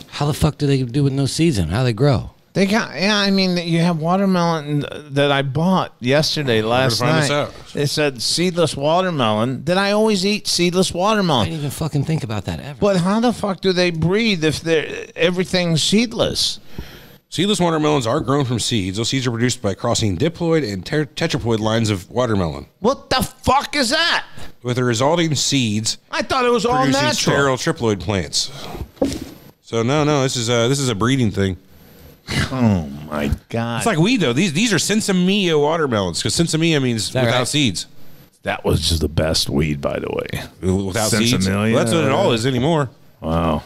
Speaker 2: How the fuck do they do with no season? How they grow?
Speaker 4: They got yeah. I mean, you have watermelon that I bought yesterday last
Speaker 1: find
Speaker 4: night.
Speaker 1: this out.
Speaker 4: It said seedless watermelon. Then I always eat seedless
Speaker 2: I
Speaker 4: watermelon.
Speaker 2: didn't even fucking think about that ever.
Speaker 4: But how the fuck do they breed if they're everything's seedless?
Speaker 1: Seedless watermelons are grown from seeds. Those seeds are produced by crossing diploid and ter- tetraploid lines of watermelon,
Speaker 4: What the fuck is that?
Speaker 1: with the resulting seeds
Speaker 4: I thought it was all
Speaker 1: producing sterile
Speaker 4: natural.
Speaker 1: triploid plants. So no, no, this is a this is a breeding thing.
Speaker 4: Oh my god!
Speaker 1: It's like weed though. These these are sensimilla watermelons because sensimilla means
Speaker 2: that
Speaker 1: without
Speaker 2: right?
Speaker 1: seeds.
Speaker 4: That was just the best weed, by the way.
Speaker 1: without seeds.
Speaker 4: Sensimillia.
Speaker 1: Well, that's what it all is anymore.
Speaker 4: Wow.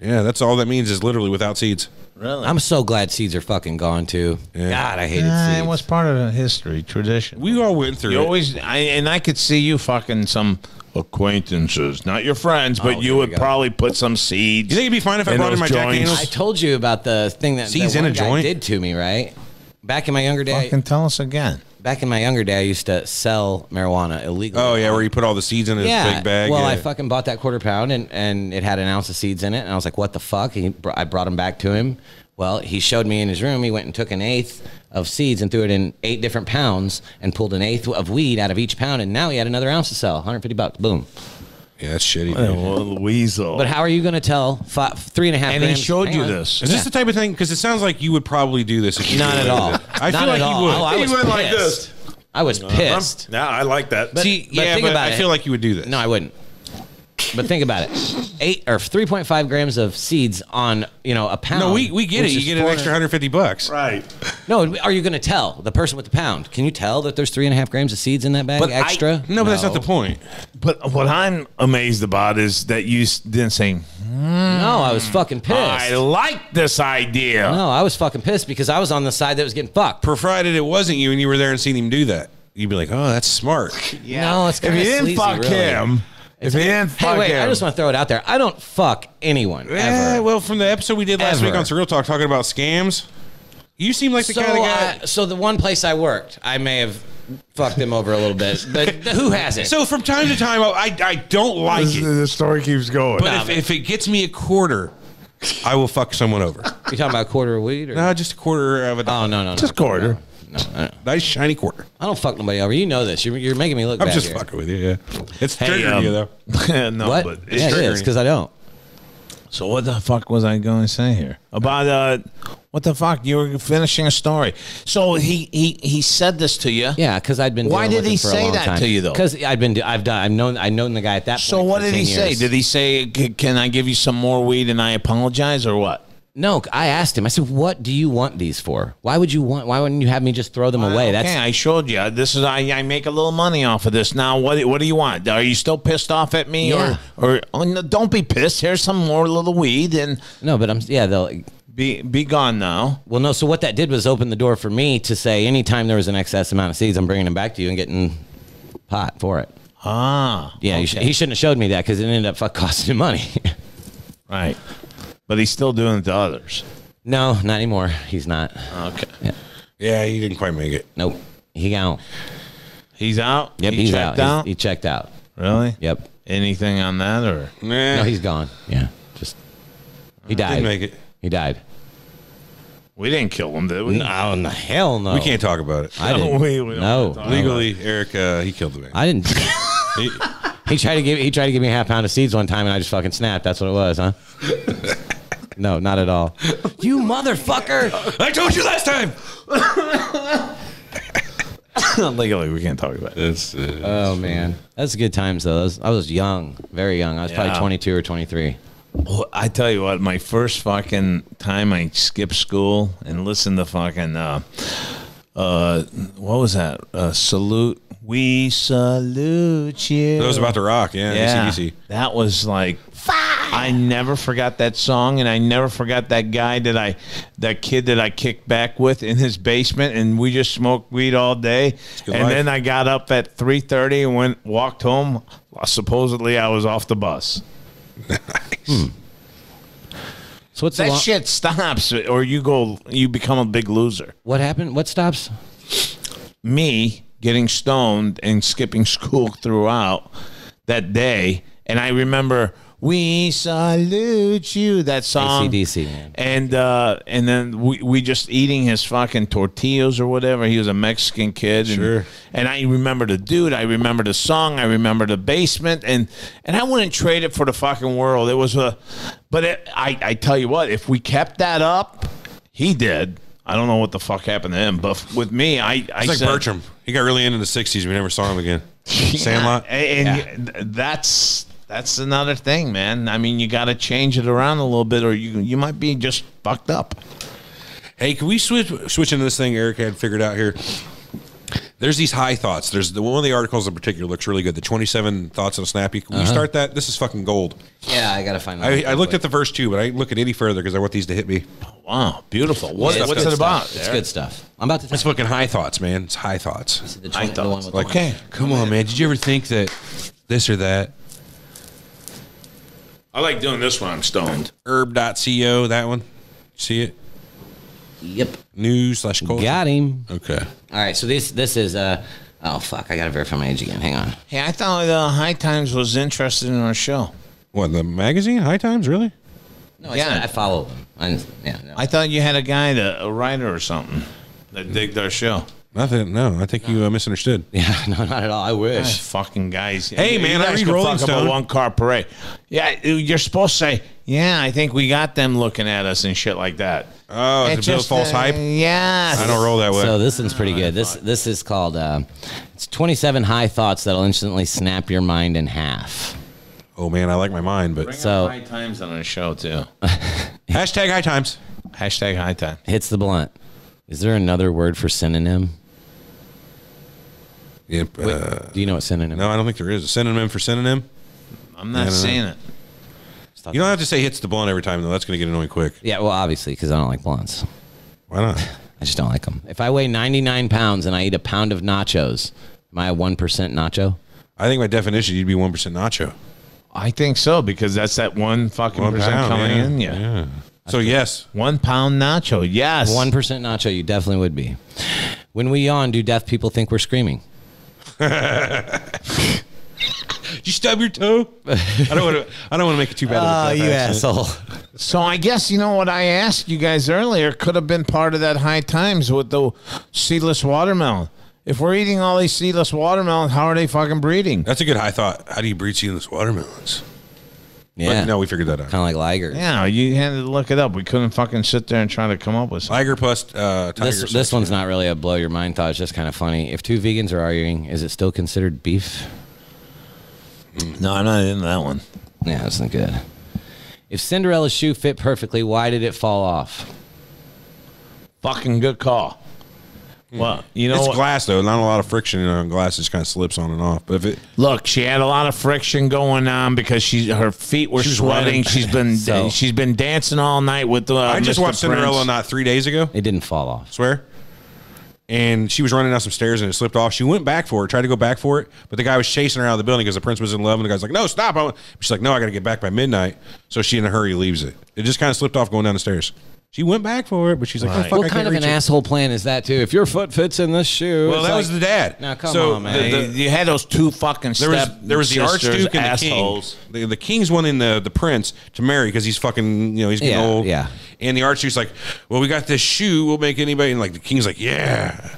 Speaker 1: Yeah, that's all that means is literally without seeds.
Speaker 4: Really?
Speaker 2: I'm so glad seeds are fucking gone too. God, I hated
Speaker 4: Yeah, it
Speaker 2: seeds.
Speaker 4: was part of the history, tradition.
Speaker 1: We all went through.
Speaker 4: you
Speaker 1: it.
Speaker 4: always, I, and I could see you fucking some acquaintances, not your friends, but
Speaker 2: Oh, there
Speaker 4: you would
Speaker 2: we go.
Speaker 4: probably put some seeds.
Speaker 1: You think it'd be fine if I
Speaker 4: And
Speaker 1: brought in
Speaker 4: those
Speaker 1: my Jack
Speaker 4: joints.
Speaker 1: Daniels?
Speaker 2: I told you about the thing that
Speaker 1: Seeds
Speaker 2: that
Speaker 1: in
Speaker 2: one
Speaker 1: a
Speaker 2: guy
Speaker 1: joint?
Speaker 2: did to me, right? Back in my younger day,
Speaker 4: fucking tell us again.
Speaker 2: back in my younger day, I used to sell marijuana illegally.
Speaker 1: Oh yeah, where you put all the seeds in a
Speaker 2: yeah.
Speaker 1: big bag.
Speaker 2: well,
Speaker 1: yeah.
Speaker 2: I fucking bought that quarter pound and, and it had an ounce of seeds in it, and I was like, "What the fuck?" He, br- I brought them back to him. Well, he showed me in his room. He went and took an eighth of seeds and threw it in eight different pounds and pulled an eighth of weed out of each pound, and now he had another ounce to sell, 150 bucks. Boom.
Speaker 1: yeah, that's shitty.
Speaker 4: A
Speaker 1: dude.
Speaker 4: little weasel.
Speaker 2: But how are you going to tell five, three and a half?
Speaker 4: and he
Speaker 2: grams-
Speaker 4: showed
Speaker 2: hang
Speaker 4: you
Speaker 2: on.
Speaker 4: this.
Speaker 1: Is this the type of thing? Because it sounds like you would probably do this. If you
Speaker 2: Not
Speaker 1: were
Speaker 2: at
Speaker 1: in
Speaker 2: all.
Speaker 1: it. [laughs] I
Speaker 2: Not
Speaker 1: feel
Speaker 2: at
Speaker 1: like
Speaker 2: all.
Speaker 1: you would.
Speaker 2: Oh, I
Speaker 1: He
Speaker 2: was
Speaker 1: went like
Speaker 2: pissed.
Speaker 1: this.
Speaker 2: I was pissed.
Speaker 4: No, I like that.
Speaker 2: But-
Speaker 1: See,
Speaker 2: but
Speaker 1: yeah,
Speaker 2: think
Speaker 1: but
Speaker 2: about
Speaker 1: I
Speaker 2: it.
Speaker 1: feel like you would do this.
Speaker 2: No, I wouldn't. But think about it: eight or three point five grams of seeds on you know a pound.
Speaker 1: no, we, we get it.
Speaker 2: which
Speaker 1: You
Speaker 2: is
Speaker 1: get an
Speaker 2: four-
Speaker 1: extra 150 bucks.
Speaker 4: right.
Speaker 2: No, are you going to tell the person with the pound? Can you tell that there's three and a half grams of seeds in that bag
Speaker 4: But I-
Speaker 2: extra?
Speaker 1: No, but that's not the point.
Speaker 4: But what I'm amazed about is that you s- didn't say,
Speaker 2: No, I was fucking pissed.
Speaker 4: I like this idea.
Speaker 2: no, I was fucking pissed because I was on the side that was getting fucked.
Speaker 1: Provided it wasn't you and you were there and seen him do that, you'd be like, "Oh, that's smart."
Speaker 2: No, it's
Speaker 4: If
Speaker 2: kind
Speaker 4: you
Speaker 2: of
Speaker 4: didn't
Speaker 2: sleazy,
Speaker 4: fuck
Speaker 2: really.
Speaker 4: him, if you didn't fuck
Speaker 2: Hey, wait!
Speaker 4: him,
Speaker 2: I just want to throw it out there. I don't fuck anyone
Speaker 1: Yeah,
Speaker 2: ever.
Speaker 1: Eh, well, from the episode we did last
Speaker 2: Ever.
Speaker 1: week on Surreal Talk talking about scams, you seem like the
Speaker 2: so,
Speaker 1: kind of guy.
Speaker 2: I- so the one place I worked, I may have fucked them over a little bit, but
Speaker 4: [laughs]
Speaker 2: who hasn't?
Speaker 1: so from time to time, I I don't like
Speaker 4: This-
Speaker 1: it.
Speaker 4: the story keeps going.
Speaker 1: But if, if it gets me a quarter, I will fuck someone over.
Speaker 2: you talking about a quarter of weed? Or?
Speaker 1: No, just a quarter of a
Speaker 2: Oh
Speaker 1: dollar.
Speaker 2: no, no, no.
Speaker 4: Just quarter.
Speaker 2: No, no, no.
Speaker 1: Nice shiny quarter.
Speaker 2: I don't fuck nobody over. You know this. You're, you're making me look
Speaker 1: I'm
Speaker 2: bad
Speaker 1: just
Speaker 2: here.
Speaker 1: fucking with you. Yeah, it's
Speaker 4: Hey,
Speaker 1: triggering
Speaker 4: um,
Speaker 1: you though.
Speaker 4: [laughs] no,
Speaker 2: What?
Speaker 4: but it's
Speaker 2: yeah, it
Speaker 4: triggering.
Speaker 2: is because I don't.
Speaker 4: So what the fuck was I going to say here about uh, what the fuck you were finishing a story? So he he he said this to you.
Speaker 2: Yeah, because I'd been.
Speaker 4: Why
Speaker 2: dealing
Speaker 4: did he
Speaker 2: with him for a
Speaker 4: say
Speaker 2: long
Speaker 4: that
Speaker 2: time.
Speaker 4: to you, though?
Speaker 2: Because I'd been. do- I've done. I've known. I've known the guy at that.
Speaker 4: So
Speaker 2: point
Speaker 4: what
Speaker 2: for
Speaker 4: did he
Speaker 2: 10
Speaker 4: say?
Speaker 2: years.
Speaker 4: Did he say, "C- "Can I give you some more weed and I apologize" or what?
Speaker 2: No, I asked him. I said, "What do you want these for? Why would you want? Why wouldn't you have me just throw them away?
Speaker 4: okay,
Speaker 2: That's
Speaker 4: I showed you. This is I, I make a little money off of this. Now what what do you want? Are you still pissed off at me
Speaker 2: Yeah.
Speaker 4: or or oh, no, don't be pissed. Here's some more little weed and
Speaker 2: no, but I'm. Yeah, they'll.
Speaker 4: be be gone now.
Speaker 2: Well, no. So what that did was open the door for me to say, anytime there was an excess amount of seeds, I'm bringing them back to you and getting pot for it.
Speaker 4: Ah,
Speaker 2: Yeah, you sh- he shouldn't have showed me that because it ended up fuck costing him money. [laughs]
Speaker 4: right. But he's still doing it to others.
Speaker 2: no, not anymore. He's not.
Speaker 4: Okay.
Speaker 1: Yeah, he didn't quite make it.
Speaker 2: Nope. He out.
Speaker 4: He's out.
Speaker 2: Yep,
Speaker 4: he
Speaker 2: he's
Speaker 4: checked
Speaker 2: out. He's- he checked out.
Speaker 4: really?
Speaker 2: Yep.
Speaker 4: Anything on that or?
Speaker 1: Nah,
Speaker 2: No, he's gone. Yeah. Just he died.
Speaker 1: didn't make it.
Speaker 2: He died.
Speaker 4: We didn't kill him, did we? oh,
Speaker 2: No, no, hell no.
Speaker 1: We can't talk about it.
Speaker 2: I didn't.
Speaker 4: we- we don't
Speaker 2: no.
Speaker 4: wanna talk
Speaker 1: Legally, Eric, uh, he killed the man.
Speaker 2: I didn't.
Speaker 1: He-
Speaker 2: He tried to give. He tried to give me a half pound of seeds one time, and I just fucking snapped. That's what it was, huh? no, not at all. You motherfucker!
Speaker 1: I told you last time.
Speaker 4: [laughs] Legally, we can't talk about it.
Speaker 1: That's, uh,
Speaker 2: Oh man, that's good times though. I was, I was young, very young. I was
Speaker 4: Yeah.
Speaker 2: probably 22 or 23.
Speaker 4: Well, I tell you what, my first fucking time I skipped school and listened to fucking uh, uh, what was that? Uh, salute. We salute you.
Speaker 1: that was about to rock. Yeah,
Speaker 4: yeah.
Speaker 1: AC/DC.
Speaker 4: That was like I never forgot that song, and I never forgot that guy that I, that kid that I kicked back with in his basement, and we just smoked weed all day.
Speaker 1: good
Speaker 4: And
Speaker 1: life.
Speaker 4: then I got up at three thirty and went walked home. Supposedly I was off the bus.
Speaker 2: So what's the
Speaker 4: That
Speaker 2: lo-
Speaker 4: shit stops, or you go, you become a big loser.
Speaker 2: What happened? What stops?
Speaker 4: Me getting stoned and skipping [laughs] school throughout that day, and I remember we salute you that song,
Speaker 2: ACDC, man.
Speaker 4: and uh, and then we we just eating his fucking tortillas or whatever. He was a Mexican kid, and,
Speaker 1: Sure.
Speaker 4: And I remember the dude, I remember the song, I remember the basement, and and I wouldn't trade it for the fucking world. It was a, but it, I I tell you what, if we kept that up, he did. I don't know what the fuck happened to him, but with me, I I
Speaker 1: It's like
Speaker 4: said-
Speaker 1: Bertram. He got really into the '60s. We never saw him again. Sandlot.
Speaker 4: and, and th- that's that's another thing, man. I mean, you got to change it around a little bit, or you you might be just fucked up.
Speaker 1: Hey, can we switch switch into this thing Eric had figured out here? there's these high thoughts. There's the one of the articles in particular looks really good. The 27 thoughts on a snap. You, when you start that, this is fucking gold.
Speaker 2: Yeah, I gotta find.
Speaker 1: I, I looked at the first two, but I didn't look at any further because I want these to hit me.
Speaker 4: Wow, beautiful. What,
Speaker 1: it's
Speaker 4: what's
Speaker 1: good
Speaker 4: it about?
Speaker 2: It's good stuff. I'm about to.
Speaker 1: It's fucking high thoughts, man. It's high thoughts.
Speaker 2: the, 20, the one with
Speaker 1: Like,
Speaker 2: the
Speaker 1: okay, come on, man. Did you ever think that this or that?
Speaker 4: I like doing this when I'm stoned.
Speaker 1: Herb.co, that one. See it?
Speaker 2: Yep.
Speaker 1: News slash culture.
Speaker 2: Got him.
Speaker 1: Okay.
Speaker 2: All right. So this this is uh oh fuck I gotta verify my age again. Hang on.
Speaker 4: Hey, I thought uh, High Times was interested in our show.
Speaker 1: What, the magazine? High Times? Really?
Speaker 2: No, I
Speaker 4: Yeah.
Speaker 2: said I follow them. I, [laughs] yeah. No.
Speaker 4: I thought you had a guy, that, a writer or something, that digged our show.
Speaker 1: Nothing. No, I think you uh, misunderstood.
Speaker 2: yeah. No, not at all. I
Speaker 4: These
Speaker 2: wish.
Speaker 4: fucking guys.
Speaker 1: Hey, man, I
Speaker 4: guys
Speaker 1: read
Speaker 4: can
Speaker 1: Rolling
Speaker 4: talk about
Speaker 1: Stone.
Speaker 4: One car parade. Yeah, you're supposed to say, yeah, I think we got them looking at us and shit like that.
Speaker 1: Oh, it's a bit of false
Speaker 4: uh,
Speaker 1: hype.
Speaker 4: Yes.
Speaker 1: I don't roll that way.
Speaker 2: So this one's pretty good. This this is called uh, it's 27 high thoughts that'll instantly snap your mind in half.
Speaker 1: oh, man, I like my mind, but
Speaker 2: So-
Speaker 4: high times on our show too.
Speaker 1: hashtag High Times.
Speaker 4: Hashtag high time.
Speaker 2: Hits the blunt. Is there another word for synonym?
Speaker 1: Yep. Uh,
Speaker 2: Do you know what synonym?
Speaker 1: no, I don't think there is a synonym for synonym.
Speaker 4: I'm not
Speaker 1: Yeah, I don't
Speaker 4: saying it.
Speaker 2: is? Stop.
Speaker 1: You don't have to say hits the blunt every time, though. That's going to get annoying quick.
Speaker 2: yeah. Well, obviously, because I don't like blunts.
Speaker 1: Why not?
Speaker 2: I just don't like them. If I weigh 99 pounds and I eat a pound of nachos, am I a one percent nacho?
Speaker 1: I think by definition, you'd be 1% nacho.
Speaker 4: I think so because that's that one fucking
Speaker 1: One
Speaker 4: percent
Speaker 1: pound,
Speaker 4: coming
Speaker 1: yeah,
Speaker 4: in. Yeah.
Speaker 1: So, yes.
Speaker 4: One pound nacho. Yes.
Speaker 2: One percent nacho, you definitely would be. When we yawn, do deaf people think we're screaming?
Speaker 1: Did you stub your toe? I don't want to. I don't want to make it too bad.
Speaker 2: Ah,
Speaker 1: of a crap accent.
Speaker 4: So I guess you know what I asked you guys earlier could have been part of that high times with the seedless watermelon. If we're eating all these seedless watermelons, how are they fucking breeding?
Speaker 1: That's a good high thought. How do you breed seedless watermelons?
Speaker 2: [laughs] Yeah.
Speaker 1: But no, we figured that out.
Speaker 2: kind of like ligers.
Speaker 4: Yeah, you had to look it up. We couldn't fucking sit there and try to come up with something.
Speaker 1: Tiger plus uh, tiger.
Speaker 2: This this one's not really a blow your mind thought. It's just kind of funny. If two vegans are arguing, is it still considered beef?
Speaker 4: No, I'm not in that one.
Speaker 2: Yeah, that's not good. If Cinderella's shoe fit perfectly, why did it fall off?
Speaker 4: Fucking good call. Well, you know
Speaker 1: Mm. it's
Speaker 4: what?
Speaker 1: glass though, not a lot of friction on glass. It just kind of slips on and off. But if it,
Speaker 4: Look, she had a lot of friction going on because she her feet were
Speaker 1: She was running.
Speaker 4: sweating. She's
Speaker 1: [laughs]
Speaker 4: been
Speaker 2: So-
Speaker 4: she's been dancing all night with uh, the.
Speaker 1: I just watched Cinderella not three days ago.
Speaker 2: It didn't fall off.
Speaker 1: swear. And she was running down some stairs and it slipped off. She went back for it, tried to go back for it, but the guy was chasing her out of the building because the prince was in love. And the guy's like, "No, stop!" I want-" She's like, "No, I got to get back by midnight." So she in a hurry leaves it. It just kind of slipped off going down the stairs. She went back for it, but she's like, "Oh,
Speaker 4: Right.
Speaker 1: "Fuck, I
Speaker 2: What
Speaker 1: can't
Speaker 2: kind of an
Speaker 1: reach it."
Speaker 2: asshole plan is that too? If your foot fits in this shoe,
Speaker 1: Well,
Speaker 2: it's
Speaker 1: that
Speaker 2: like-
Speaker 1: was the dad.
Speaker 2: Now, come
Speaker 1: So
Speaker 2: on, man.
Speaker 1: the-
Speaker 4: you had those two fucking
Speaker 1: There was
Speaker 4: step
Speaker 1: there was the
Speaker 4: sisters,
Speaker 1: archduke and
Speaker 4: assholes.
Speaker 1: the king. The, the king's wanting the the prince to marry because he's fucking you know he's getting
Speaker 2: Yeah,
Speaker 1: old.
Speaker 2: yeah.
Speaker 1: And the archduke's like, well, we got this shoe. We'll make anybody. And like the king's like, yeah.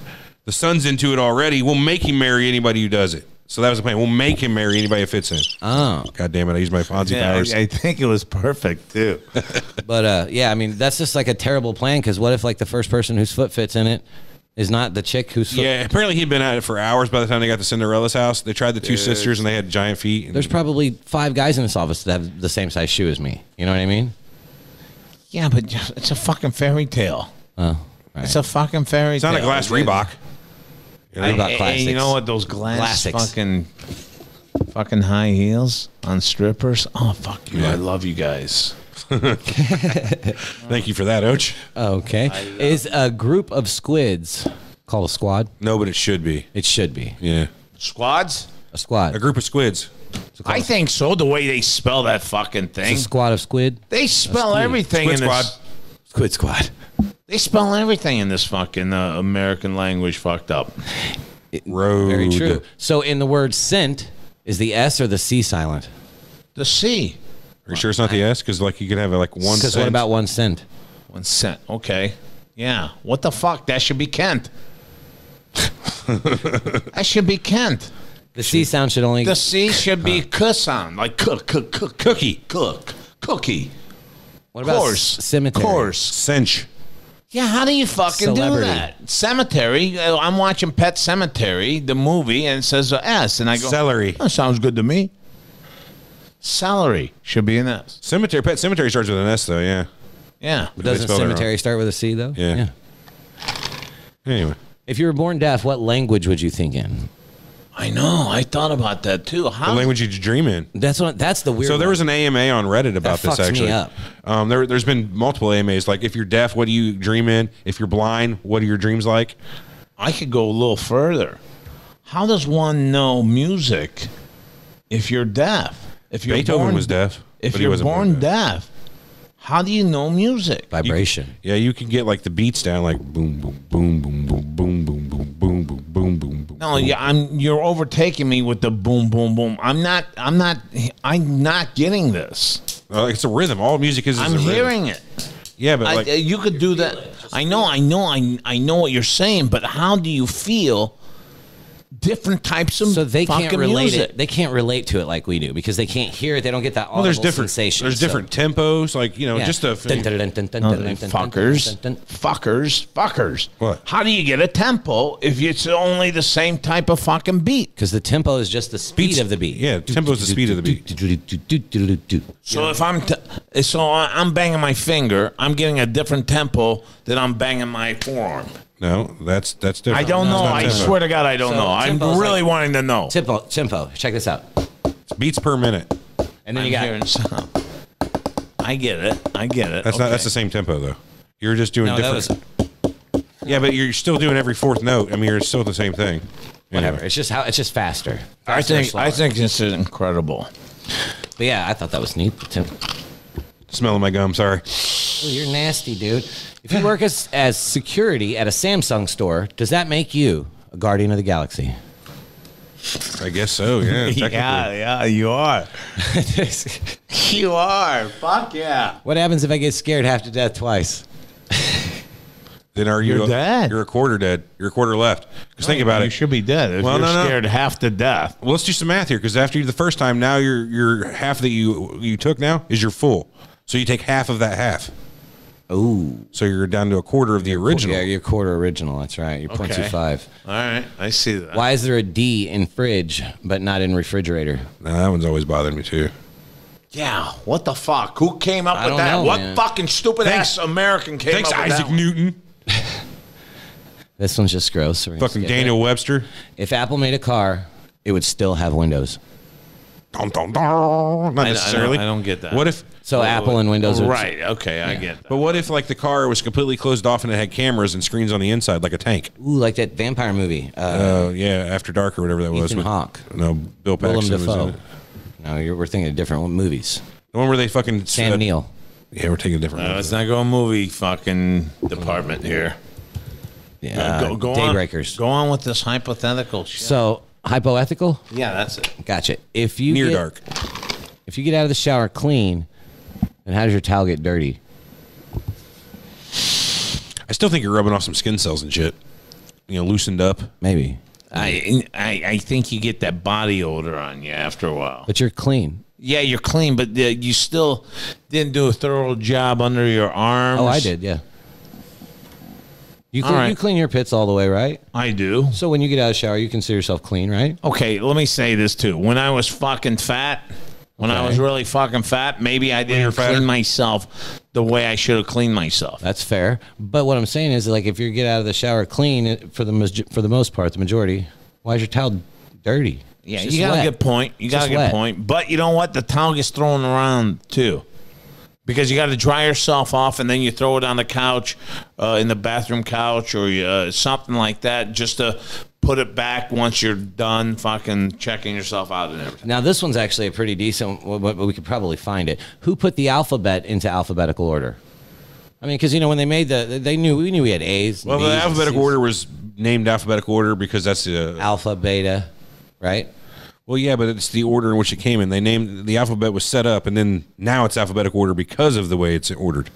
Speaker 1: The son's into it already. We'll make him marry anybody who does it. So that was the plan. We'll make him marry anybody who fits in.
Speaker 2: oh,
Speaker 1: God damn it! I used my Fonzie
Speaker 4: Yeah,
Speaker 1: powers.
Speaker 4: I, I think it was perfect too.
Speaker 2: But uh, yeah, I mean that's just like a terrible plan because what if like the first person whose foot fits in it is not the chick whose foot?
Speaker 1: yeah, apparently he'd been at it for hours by the time they got to Cinderella's house. They tried the two sisters and they had giant feet. And
Speaker 2: There's probably five guys in this office that have the same size shoe as me. You know what I mean?
Speaker 4: yeah, but it's a fucking fairy tale.
Speaker 2: Oh, right.
Speaker 4: It's a fucking fairy
Speaker 1: it's
Speaker 4: tale.
Speaker 1: not a glass Reebok.
Speaker 4: And-
Speaker 2: Reebok
Speaker 4: and
Speaker 2: classics.
Speaker 4: You know what? Those glass
Speaker 2: Classics.
Speaker 4: fucking fucking high heels on strippers. Oh fuck you! I love you guys.
Speaker 1: Thank you for that, Oach.
Speaker 2: oh, okay.
Speaker 1: uh,
Speaker 2: Is a group of squids called a squad?
Speaker 1: No, but it should be.
Speaker 2: It should be
Speaker 1: Yeah,
Speaker 4: Squads.
Speaker 2: a squad.
Speaker 1: a group of squids.
Speaker 4: I think so. The way they spell that fucking thing,
Speaker 2: It's a squad of squid.
Speaker 4: they spell
Speaker 2: squid.
Speaker 4: everything
Speaker 1: Squid
Speaker 4: in
Speaker 1: squad.
Speaker 4: this.
Speaker 2: Squid squad.
Speaker 4: They spell everything in this fucking uh, American language fucked up.
Speaker 1: Road.
Speaker 2: Very true. So in the word scent, is the S or the C silent?
Speaker 4: The C.
Speaker 1: Are you sure it's not the S? Because like you could have like one.
Speaker 2: Because what
Speaker 1: cent.
Speaker 2: about one cent?
Speaker 4: One cent. Okay. Yeah. What the fuck? That should
Speaker 2: [laughs]
Speaker 4: be Kent. that should be Kent.
Speaker 2: The C sound should only.
Speaker 4: The C should be K sound, like cook, cook, cook, cookie, cook, cookie.
Speaker 2: what about
Speaker 4: Course,
Speaker 2: c- cemetery?
Speaker 4: course.
Speaker 1: cinch?
Speaker 4: Yeah, how do you fucking
Speaker 2: Celebrity.
Speaker 4: do that? Cemetery. uh, I'm watching Pet Cemetery, the movie, and it says a S, and I go
Speaker 1: Celery.
Speaker 4: That sounds good to me. Salary should be an S.
Speaker 1: Cemetery. Pet cemetery starts with an S though. Yeah.
Speaker 4: Yeah.
Speaker 1: They
Speaker 2: Doesn't
Speaker 1: spelled it wrong.
Speaker 2: cemetery start with a C though?
Speaker 1: Yeah. Anyway,
Speaker 2: If you were born deaf, what language would you think in?
Speaker 4: I know. I thought about that too.
Speaker 1: The
Speaker 4: How?
Speaker 1: language you dream in.
Speaker 2: That's what. That's the weird.
Speaker 1: So there
Speaker 2: one.
Speaker 1: was an AMA on Reddit about
Speaker 2: fucks
Speaker 1: this
Speaker 2: me
Speaker 1: actually.
Speaker 2: up.
Speaker 1: Um, there, there's been multiple AMAs. Like, if you're deaf, what do you dream in? If you're blind, what are your dreams like?
Speaker 4: I could go a little further. How does one know music if you're deaf? If you're
Speaker 1: Beethoven
Speaker 4: born,
Speaker 1: was deaf,
Speaker 4: If
Speaker 1: but he
Speaker 4: you're
Speaker 1: wasn't
Speaker 4: born
Speaker 1: born
Speaker 4: deaf, how do you know music?
Speaker 2: vibration.
Speaker 1: Yeah, you can get like the beats down, like boom, boom, boom, boom, boom, boom, boom, boom, boom, boom, boom, boom, boom.
Speaker 4: No, yeah, I'm. You're overtaking me with the boom, boom, boom. I'm not. I'm not. I'm not getting this.
Speaker 1: Uh, it's a rhythm. All music is. is
Speaker 4: I'm
Speaker 1: a rhythm.
Speaker 4: hearing it.
Speaker 1: Yeah, but
Speaker 4: I,
Speaker 1: like
Speaker 4: uh, you could do that. I know, I know, I, I know what you're saying, but how do you feel different types of
Speaker 2: So they
Speaker 4: fucking
Speaker 2: can't relate
Speaker 4: music?
Speaker 2: it. They can't relate to it like we do because they can't hear it. They don't get that. Audible
Speaker 1: well, there's different
Speaker 2: sensation.
Speaker 1: There's
Speaker 2: so-
Speaker 1: different tempos. Like you know,
Speaker 2: yeah.
Speaker 1: just a Oh,
Speaker 2: Dun, dun, dun, dun, dun,
Speaker 4: No,
Speaker 2: dun,
Speaker 4: they
Speaker 2: dun, dun, dun,
Speaker 4: fuckers,
Speaker 2: dun, dun, dun.
Speaker 4: fuckers, fuckers.
Speaker 1: What?
Speaker 4: How do you get a tempo if it's only the same type of fucking beat?
Speaker 2: Because the tempo is just the speed
Speaker 1: Beats-
Speaker 2: of the beat.
Speaker 1: yeah, tempo is the speed of the beat.
Speaker 4: So if I'm t- so I- I'm banging my finger, I'm getting a different tempo than I'm banging my forearm.
Speaker 1: No, that's that's different.
Speaker 4: I don't
Speaker 1: It's
Speaker 4: know.
Speaker 1: not
Speaker 4: I
Speaker 1: tempo.
Speaker 4: swear to God, I don't
Speaker 2: So
Speaker 4: know. I'm
Speaker 2: tempo's
Speaker 4: really
Speaker 2: like-
Speaker 4: wanting to know.
Speaker 2: Tempo, tempo. Check this out.
Speaker 1: It's beats per minute.
Speaker 2: And then
Speaker 4: I'm
Speaker 2: you got.
Speaker 4: hearing sound. I get it. I get it.
Speaker 1: That's not. That's
Speaker 4: Okay.
Speaker 1: the same tempo though. You're just doing
Speaker 2: No, that
Speaker 1: different.
Speaker 2: was
Speaker 1: yeah, but you're still doing every fourth note. I mean, you're still the same thing.
Speaker 2: whatever.
Speaker 1: Anyway.
Speaker 2: It's just how it's just faster.
Speaker 4: I
Speaker 2: Faster or
Speaker 4: think I
Speaker 2: slower.
Speaker 4: think this is incredible.
Speaker 2: But yeah, I thought that was neat. The tempo.
Speaker 1: Smelling my gum. Sorry.
Speaker 2: Ooh, Oh, You're nasty, dude. If you work as, as security at a Samsung store, does that make you a guardian of the galaxy?
Speaker 1: I guess so.
Speaker 2: [laughs]
Speaker 1: Yeah. Technically.
Speaker 4: [laughs] yeah, you are. You are. Fuck yeah.
Speaker 2: what happens if I get scared half to death twice?
Speaker 1: Then are you?
Speaker 4: You're dead.
Speaker 1: You're a quarter dead. You're a quarter left. Because think about
Speaker 4: you
Speaker 1: it.
Speaker 4: should be dead if
Speaker 1: Well,
Speaker 4: you're
Speaker 1: no, no.
Speaker 4: scared half to death.
Speaker 1: Well, let's do some math here because after you the first time, now your your half that you you took now is your full. So you take half of that half.
Speaker 2: Oh,
Speaker 1: So you're down to a quarter of the original.
Speaker 2: yeah, you're quarter original. That's right. You're point two five.
Speaker 4: All right, I see that.
Speaker 2: Why is there a D in fridge but not in refrigerator?
Speaker 1: Nah, that one's always bothered me too.
Speaker 4: Yeah, what the fuck? Who came up
Speaker 2: I
Speaker 4: with
Speaker 2: don't
Speaker 4: that?
Speaker 2: know,
Speaker 4: what
Speaker 2: man.
Speaker 4: fucking stupid
Speaker 1: Thanks-
Speaker 4: ass American came
Speaker 1: Thanks,
Speaker 4: up with
Speaker 1: Isaac
Speaker 4: that? one?
Speaker 1: Newton.
Speaker 2: This one's just gross. so we're gonna
Speaker 1: Fucking
Speaker 2: skip
Speaker 1: Daniel Webster.
Speaker 2: it. If Apple made a car, it would still have windows.
Speaker 1: Dun, dun, dun. Not
Speaker 4: I
Speaker 1: necessarily.
Speaker 4: don't- I don't get that.
Speaker 1: What if?
Speaker 2: So Apple and Windows would
Speaker 4: Oh, Right, okay, I get that.
Speaker 1: But what if like the car was completely closed off and it had cameras and screens on the inside like a tank?
Speaker 2: Ooh, like that vampire movie. Uh,
Speaker 1: Uh, yeah, After Dark or whatever that was.
Speaker 2: Ethan
Speaker 1: with-
Speaker 2: Hawke.
Speaker 1: No, Bill
Speaker 2: Willem
Speaker 1: Paxton was in
Speaker 2: Dafoe.
Speaker 1: it.
Speaker 2: No, you're, we're thinking of different movies.
Speaker 1: The one where they fucking
Speaker 2: Sam
Speaker 1: uh,
Speaker 2: Neill.
Speaker 1: Yeah, we're taking a different.
Speaker 4: Uh,
Speaker 1: one.
Speaker 4: let's not go movie fucking department here.
Speaker 2: Yeah,
Speaker 4: go, go
Speaker 2: Daybreakers.
Speaker 4: On, go on with this hypothetical shit.
Speaker 2: Uh, So hypoethical.
Speaker 4: yeah, that's it.
Speaker 2: Gotcha. If you
Speaker 1: Near
Speaker 2: get,
Speaker 1: dark.
Speaker 2: if you get out of the shower clean, then how does your towel get dirty?
Speaker 1: I still think you're rubbing off some skin cells and shit. You know, loosened up.
Speaker 2: Maybe,
Speaker 4: I, I I think you get that body odor on you after a while.
Speaker 2: but you're clean.
Speaker 4: Yeah, you're clean, but uh, you still didn't do a thorough job under your arms.
Speaker 2: Oh, I did. Yeah. You
Speaker 4: All
Speaker 2: clean,
Speaker 4: right.
Speaker 2: you clean your pits all the way, right?
Speaker 4: I do.
Speaker 2: So when you get out of the shower, you consider yourself clean, right?
Speaker 4: Okay, let me say this too. When I was fucking fat, when I was really fucking fat, maybe I
Speaker 1: you were
Speaker 4: didn't
Speaker 1: fatter?
Speaker 4: clean myself the way I should have cleaned myself.
Speaker 2: That's fair. But what I'm saying is, like, if you get out of the shower clean it- for the mos- for the most part, the majority, why is your towel dirty?
Speaker 4: Yeah,
Speaker 2: It's just
Speaker 4: you got
Speaker 2: wet.
Speaker 4: a good point. You got
Speaker 2: Just
Speaker 4: a good
Speaker 2: wet.
Speaker 4: point. But you know what? The towel gets thrown around too. Because you got to dry yourself off and then you throw it on the couch, uh, in the bathroom couch or you, uh, something like that, just to put it back once you're done fucking checking yourself out and everything.
Speaker 2: Now this one's actually a pretty decent. w- w- We could probably find it. Who put the alphabet into alphabetical order? I mean, because you know when they made the, they knew we knew we had A's. and
Speaker 1: Well, the
Speaker 2: B's and
Speaker 1: alphabetical
Speaker 2: C's.
Speaker 1: order was named alphabetical order because that's the.
Speaker 2: alpha, beta, right?
Speaker 1: well, yeah, but it's the order in which it came in. They named the alphabet was set up, and then now it's alphabetical order because of the way it's ordered.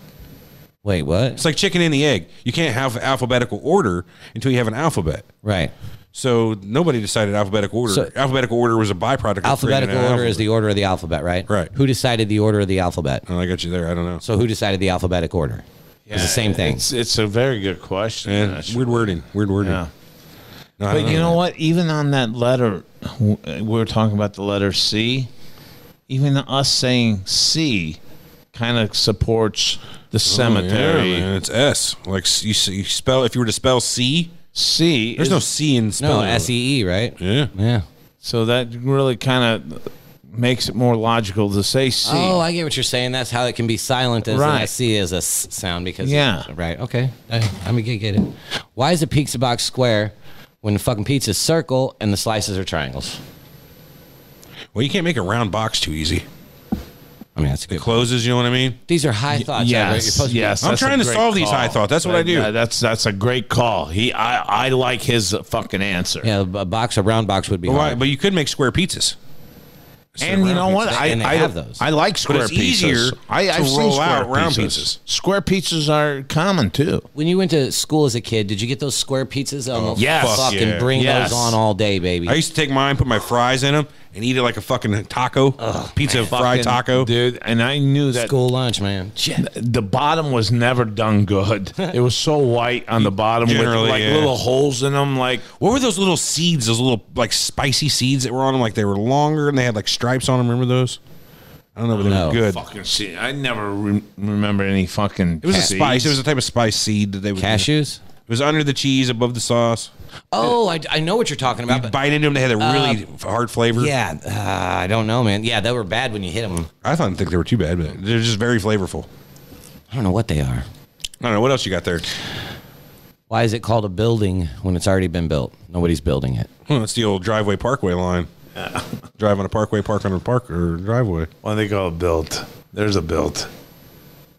Speaker 2: Wait, what?
Speaker 1: It's like chicken and the egg. You can't have alphabetical order until you have an alphabet.
Speaker 2: Right.
Speaker 1: So nobody decided alphabetical order.
Speaker 2: So-
Speaker 1: alphabetical order was a byproduct. of creating
Speaker 2: Alphabetical
Speaker 1: an
Speaker 2: order
Speaker 1: alphabet.
Speaker 2: is the order of the alphabet, right?
Speaker 1: Right.
Speaker 2: Who decided the order of the alphabet?
Speaker 1: Oh, I got you there. I don't know.
Speaker 2: So who decided the alphabetic order? it's the same thing.
Speaker 4: It's, it's a very good question.
Speaker 1: Yeah,
Speaker 4: actually.
Speaker 1: weird wording. Weird wording.
Speaker 4: Yeah.
Speaker 1: No, I
Speaker 4: But
Speaker 1: don't
Speaker 4: you know what? Even on that letter, w- uh, we are talking about the letter C. Even us saying C kind of supports the
Speaker 1: Oh, yeah,
Speaker 4: cemetery.
Speaker 1: man, it's S. Like s- you, s- you spell if you were to spell C,
Speaker 4: C.
Speaker 1: There's
Speaker 4: is-
Speaker 1: no C in
Speaker 2: No,
Speaker 1: spelling.
Speaker 2: S E E, right?
Speaker 1: Yeah.
Speaker 2: Yeah.
Speaker 4: So that really kind of makes it more logical to say C.
Speaker 2: Oh, I get what you're saying. That's how it can be silent as
Speaker 4: Right.
Speaker 2: an SC as a s- sound because
Speaker 4: Yeah.
Speaker 2: right. Okay, I, I mean, get, get it. Why is a pizza box square when the fucking pizza's circle and the slices are triangles?
Speaker 1: Well, you can't make a round box too easy.
Speaker 2: I mean, that's a good.
Speaker 1: It closes. You know what I mean?
Speaker 2: These are high thoughts. Everett. You're
Speaker 4: yes,
Speaker 2: supposed to be-
Speaker 4: yes.
Speaker 1: I'm
Speaker 4: that's a
Speaker 1: trying to
Speaker 4: great
Speaker 1: solve these high thoughts. That's what I do.
Speaker 4: Yeah, that's that's a great call. He, I, I like his fucking answer.
Speaker 2: Yeah, a box, a round box would be
Speaker 1: But, why,
Speaker 2: hard.
Speaker 1: but you could make square pizzas.
Speaker 4: And you know what?
Speaker 2: pizzas.
Speaker 4: I,
Speaker 2: And they
Speaker 4: I
Speaker 2: have those.
Speaker 4: I like square
Speaker 1: it's
Speaker 4: pizzas.
Speaker 1: easier
Speaker 4: I,
Speaker 1: to
Speaker 4: I've seen
Speaker 1: roll
Speaker 4: square
Speaker 1: out round pizzas.
Speaker 4: pizzas. Square pizzas are common too.
Speaker 2: when you went to school as a kid, did you get those square pizzas? Oh,
Speaker 4: yes.
Speaker 2: fucking
Speaker 1: yeah.
Speaker 2: bring
Speaker 4: Yes.
Speaker 2: those on all day, baby.
Speaker 1: I used to take mine, put my fries in them, and eat it like a fucking taco, pizza fry
Speaker 4: Fucking-
Speaker 1: taco.
Speaker 4: dude. And I knew that
Speaker 2: school lunch, man. Shit.
Speaker 4: the bottom was never
Speaker 2: [laughs]
Speaker 4: done good. it was so white on the bottom
Speaker 1: Generally,
Speaker 4: with like
Speaker 1: yeah.
Speaker 4: little holes in them. Like
Speaker 1: What were those little seeds? Those little like spicy seeds that were on them, like they were longer and they had like stripes on them. Remember those? I don't know, but they
Speaker 2: No.
Speaker 1: were good.
Speaker 4: fucking see, I never re- remember any fucking.
Speaker 1: It was a spice. It was a type of spice seed that they would
Speaker 2: Cashews.
Speaker 1: It was under the cheese, above the sauce.
Speaker 2: Oh, I, I know what you're talking about.
Speaker 1: You
Speaker 2: but-
Speaker 1: bite into them, they had a really hard flavor.
Speaker 2: Um, yeah, uh, I don't know, man. Yeah, they were bad when you hit them.
Speaker 1: I don't think they were too bad, but they're just very flavorful.
Speaker 2: I don't know what they
Speaker 1: I
Speaker 2: are.
Speaker 1: don't know what else you got there.
Speaker 2: Why is it called a building when it's already been built? Nobody's building it.
Speaker 1: Well, it's the old driveway parkway line. Drive on a parkway, park on a park or driveway.
Speaker 6: Why they call it built? There's a built.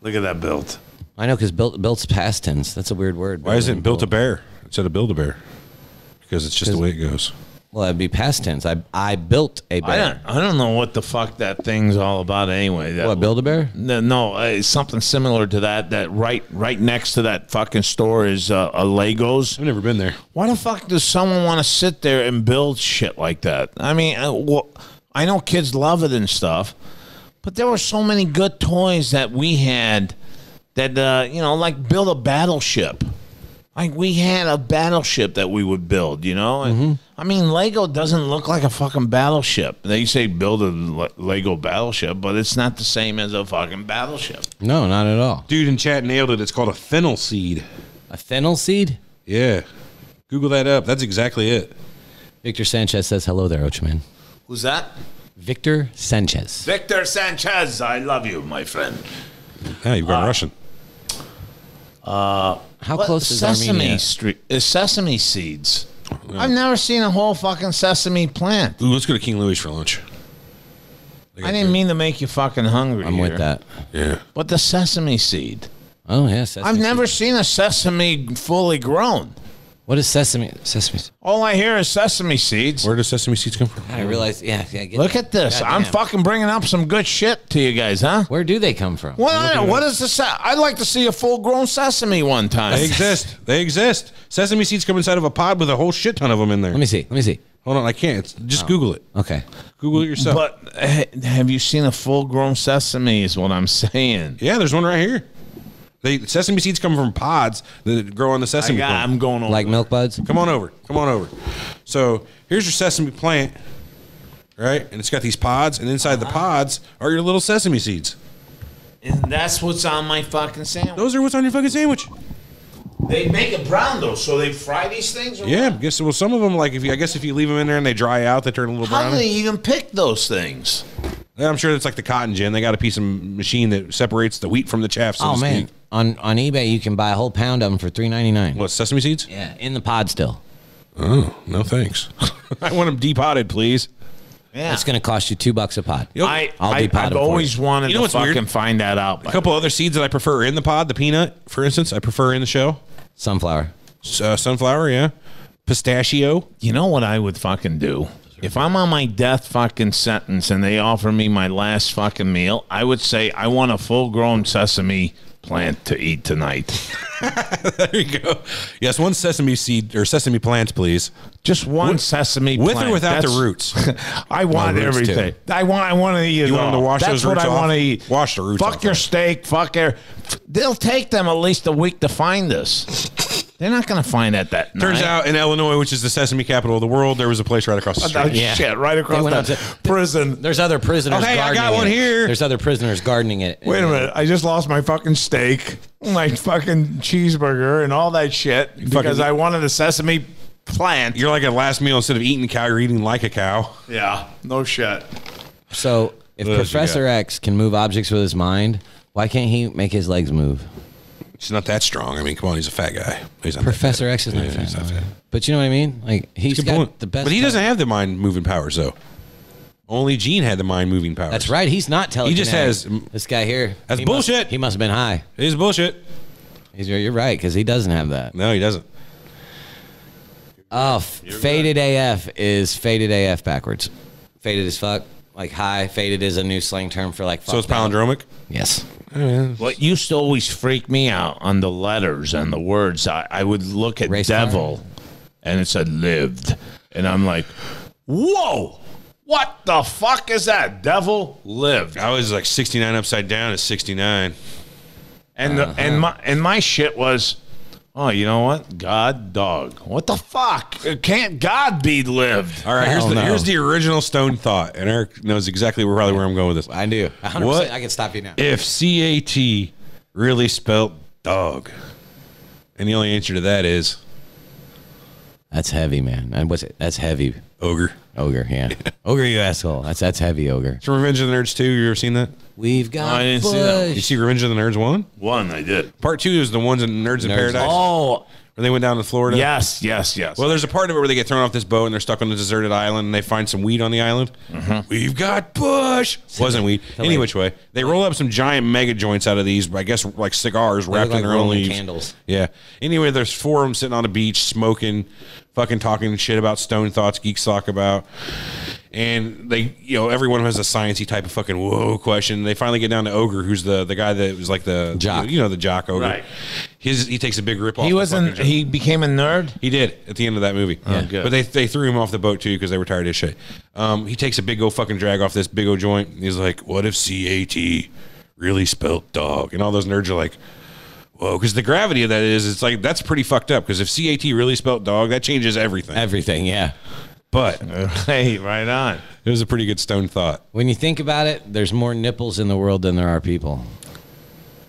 Speaker 6: Look at that built.
Speaker 2: I know because built built's past tense. That's a weird word.
Speaker 1: Why isn't built a bear instead of build a bear? Because it's just the way it goes.
Speaker 2: Well, that'd be past tense. I I built a
Speaker 4: I don't.
Speaker 2: bear.
Speaker 4: I don't know what the fuck that thing's all about anyway. That,
Speaker 2: What build a bear?
Speaker 4: No, no uh, something similar to that. That right, right next to that fucking store is uh, a Legos.
Speaker 1: I've never been there.
Speaker 4: Why the fuck does someone want to sit there and build shit like that? I mean, I, well, I know kids love it and stuff, but there were so many good toys that we had that uh, you know, like build a battleship. Like we had a battleship that we would build, you know. And,
Speaker 2: Mm-hmm.
Speaker 4: I mean, Lego doesn't look like a fucking battleship. They say build a Le- Lego battleship, but it's not the same as a fucking battleship.
Speaker 2: No, not at all.
Speaker 1: Dude in chat nailed it. It's called a fennel seed.
Speaker 2: A fennel seed.
Speaker 1: Yeah. Google that up. That's exactly it.
Speaker 2: Victor Sanchez says hello there, Ochoman.
Speaker 4: Who's that?
Speaker 2: Victor Sanchez.
Speaker 6: Victor Sanchez, I love you, my friend.
Speaker 1: Now you've
Speaker 4: Uh,
Speaker 1: gone Russian.
Speaker 2: How
Speaker 4: What?
Speaker 2: close is
Speaker 4: sesame
Speaker 2: Armenia?
Speaker 4: Street? Is sesame seeds? I've never seen a whole fucking sesame plant.
Speaker 1: Ooh, let's go to King Louis for lunch. They
Speaker 4: I
Speaker 1: got
Speaker 4: didn't
Speaker 1: good-
Speaker 4: mean to make you fucking hungry.
Speaker 2: I'm with
Speaker 4: here,
Speaker 2: that.
Speaker 1: Yeah.
Speaker 4: But the sesame seed.
Speaker 2: Oh yes.
Speaker 4: I've never seen a sesame fully grown.
Speaker 2: What is sesame? Sesame.
Speaker 4: All I hear is sesame seeds.
Speaker 1: Where do sesame seeds come from?
Speaker 2: I realized. Yeah. yeah get
Speaker 4: Mm. Look
Speaker 2: that.
Speaker 4: at this. I'm
Speaker 2: Goddamn.
Speaker 4: fucking bringing up some good shit to you guys, huh?
Speaker 2: Where do they come from?
Speaker 4: What? I- What is the? Se- I'd like to see a full-grown sesame one
Speaker 1: They
Speaker 4: time.
Speaker 1: exist. They exist. Sesame seeds come inside of a pod with a whole shit ton of them in there.
Speaker 2: Let me see. Let me see.
Speaker 1: Hold on, I can't. It's- Just Google it.
Speaker 2: Okay.
Speaker 1: Google it yourself.
Speaker 4: [laughs] Oh. But eh, have you seen a full-grown sesame? Is what I'm saying.
Speaker 1: yeah, there's one right here. They sesame seeds come from pods that grow on the
Speaker 4: I
Speaker 1: sesame
Speaker 4: got,
Speaker 1: plant.
Speaker 4: I'm going on.
Speaker 2: Like milk buds.
Speaker 1: Come on over. Come on over. So here's your sesame plant, right? And it's got these pods, and inside the pods are your little sesame seeds.
Speaker 4: and that's what's on my fucking sandwich.
Speaker 1: Those are what's on your fucking sandwich.
Speaker 4: They make it brown though, so they fry these things. Or
Speaker 1: Yeah,
Speaker 4: what?
Speaker 1: guess well, some of them like if you, I guess if you leave them in there and they dry out, they turn a little
Speaker 4: How do they
Speaker 1: brown.
Speaker 4: even pick those things?
Speaker 1: I'm sure it's like the cotton gin. They got a piece of machine that separates the wheat from the chaff. So
Speaker 2: Oh
Speaker 1: to
Speaker 2: man.
Speaker 1: speak.
Speaker 2: On on eBay, you can buy a whole pound of them for three ninety nine.
Speaker 1: what sesame seeds?
Speaker 2: Yeah, in the pod still.
Speaker 1: Oh no, thanks. [laughs] I want them depotted, please.
Speaker 4: Yeah.
Speaker 2: It's going to cost you two bucks a pod.
Speaker 1: Yep.
Speaker 4: I,
Speaker 2: I'll
Speaker 4: I,
Speaker 2: be potted
Speaker 4: I've
Speaker 2: for
Speaker 4: always wanted
Speaker 1: You know
Speaker 4: to
Speaker 1: what's
Speaker 4: fucking
Speaker 1: weird?
Speaker 4: find that out.
Speaker 1: A couple other seeds that I prefer in the pod, the peanut, for instance, I prefer in the shell.
Speaker 2: Sunflower.
Speaker 1: S- Uh, sunflower, yeah. Pistachio.
Speaker 4: you know what I would fucking do? If I'm on my death fucking sentence and they offer me my last fucking meal, I would say I want a full grown sesame plant to eat tonight.
Speaker 1: [laughs] There you go. Yes, one sesame seed or sesame plant, please.
Speaker 4: Just one sesame
Speaker 1: With
Speaker 4: plant.
Speaker 1: or without
Speaker 4: That's-
Speaker 1: the roots.
Speaker 4: [laughs] I want
Speaker 1: No, roots
Speaker 4: everything. I want. I want to eat. You
Speaker 1: want 'em to wash
Speaker 4: That's
Speaker 1: those
Speaker 4: what
Speaker 1: roots
Speaker 4: I
Speaker 1: off?
Speaker 4: want to eat.
Speaker 1: Wash the roots
Speaker 4: Fuck
Speaker 1: off
Speaker 4: your
Speaker 1: first.
Speaker 4: steak. Fuck their. They'll take them at least a week to find this. They're not going to find that that
Speaker 1: Turns
Speaker 4: night. [laughs]
Speaker 1: out in Illinois, which is the sesame capital of the world, there was a place right across the
Speaker 6: Oh,
Speaker 1: street.
Speaker 2: Yeah.
Speaker 6: Shit, right across
Speaker 2: went
Speaker 6: the
Speaker 2: up to-
Speaker 6: prison.
Speaker 2: There's other prisoners.
Speaker 1: Oh, hey, I
Speaker 2: guarding
Speaker 1: got one
Speaker 2: it.
Speaker 1: here.
Speaker 2: There's other prisoners guarding it.
Speaker 6: Wait a minute. I just lost my fucking steak, my fucking cheeseburger, and all that shit because
Speaker 1: fucking-
Speaker 6: I wanted a sesame plant.
Speaker 1: You're like a last meal instead of eating cow, you're eating like a cow.
Speaker 6: yeah, no shit.
Speaker 2: So if
Speaker 1: What else you
Speaker 2: Professor
Speaker 1: got?
Speaker 2: X can move objects with his mind, why can't he make his legs move?
Speaker 1: He's not that strong. I mean, come on, he's a fat guy. He's not that
Speaker 2: Professor X is not
Speaker 1: Yeah, he's
Speaker 2: fat,
Speaker 1: not fat.
Speaker 2: but you know what I mean. Like he's
Speaker 1: Good
Speaker 2: got
Speaker 1: point.
Speaker 2: the best.
Speaker 1: But he doesn't
Speaker 2: mind.
Speaker 1: have the mind moving powers though. Only Gene had the mind moving powers.
Speaker 2: That's right. He's not telekinetic.
Speaker 1: He just has-
Speaker 2: this guy here.
Speaker 1: That's
Speaker 2: he must-
Speaker 1: bullshit.
Speaker 2: he must have been high.
Speaker 1: It's bullshit.
Speaker 2: He's, you're right because he doesn't have that.
Speaker 1: No, he doesn't.
Speaker 2: Oh, f- faded AF is faded AF backwards. Faded as fuck. Like high. Faded is a new slang term for like.
Speaker 1: So it's
Speaker 2: fucked up.
Speaker 1: palindromic.
Speaker 2: Yes.
Speaker 4: What used to always freak me out on the letters and the words, I, I would look at
Speaker 2: Race car?
Speaker 4: devil and it said lived. And I'm like, whoa, what the fuck is that? Devil lived.
Speaker 1: I was like 69 upside down is 69.
Speaker 4: And, the, and, my, and my shit was, oh, you know what? God dog. What the fuck? Can't God be lived?
Speaker 1: All right, here's
Speaker 2: Hell
Speaker 1: the
Speaker 2: no.
Speaker 1: here's the original stone thought, and Eric knows exactly where probably where I'm going with this.
Speaker 2: I do. 100%.
Speaker 1: What?
Speaker 2: I can stop you now.
Speaker 1: If CAT really spelt dog, and the only answer to that is
Speaker 2: That's heavy, man. And what's it? That's heavy.
Speaker 1: ogre.
Speaker 2: Ogre, yeah. ogre, you asshole. That's that's heavy ogre. Oh,
Speaker 1: It's from Revenge of the Nerds 2. You ever seen that?
Speaker 2: We've got
Speaker 4: I didn't see that one.
Speaker 1: You
Speaker 2: Bush.
Speaker 1: see Revenge of the Nerds 1?
Speaker 4: One, I did.
Speaker 1: Part 2 is the ones in Nerds, in
Speaker 2: Nerds.
Speaker 1: Paradise.
Speaker 4: Oh,
Speaker 1: Where they went down to Florida.
Speaker 4: yes, yes, yes.
Speaker 1: Well, there's a part of it where they get thrown off this boat and they're stuck on a deserted island and they find some weed on the island. We've got bush. Wasn't weed. Any
Speaker 2: like-
Speaker 1: which way. They roll up some giant mega joints out of these, I guess, like cigars wrapped
Speaker 2: like
Speaker 1: in their own
Speaker 2: rolling
Speaker 1: leaves.
Speaker 2: candles.
Speaker 1: Yeah. Anyway, there's four of them sitting on a beach smoking, fucking talking shit about stone thoughts, geeks talk about. And they, you know, everyone has a sciencey type of fucking whoa question. They finally get down to Ogre, who's the the guy that was like the
Speaker 2: Jock.
Speaker 1: you know, the jock Ogre.
Speaker 4: Right.
Speaker 1: His he takes a big rip off.
Speaker 4: he
Speaker 1: the
Speaker 4: wasn't,
Speaker 1: fucking joke.
Speaker 4: he became a nerd.
Speaker 1: He did at the end of that movie.
Speaker 2: Oh,
Speaker 4: good.
Speaker 1: But they, they threw him off the boat too because they were tired as shit. Um, he takes a big old fucking drag off this big old joint. He's like, "What if CAT really spelt dog?" And all those nerds are like, "Whoa!" Because the gravity of that is, it's like that's pretty fucked up. Because if CAT really spelt dog, that changes everything.
Speaker 2: Everything, yeah.
Speaker 1: but
Speaker 4: [laughs] Hey, right on.
Speaker 1: it was a pretty good stone thought.
Speaker 2: When you think about it, there's more nipples in the world than there are people.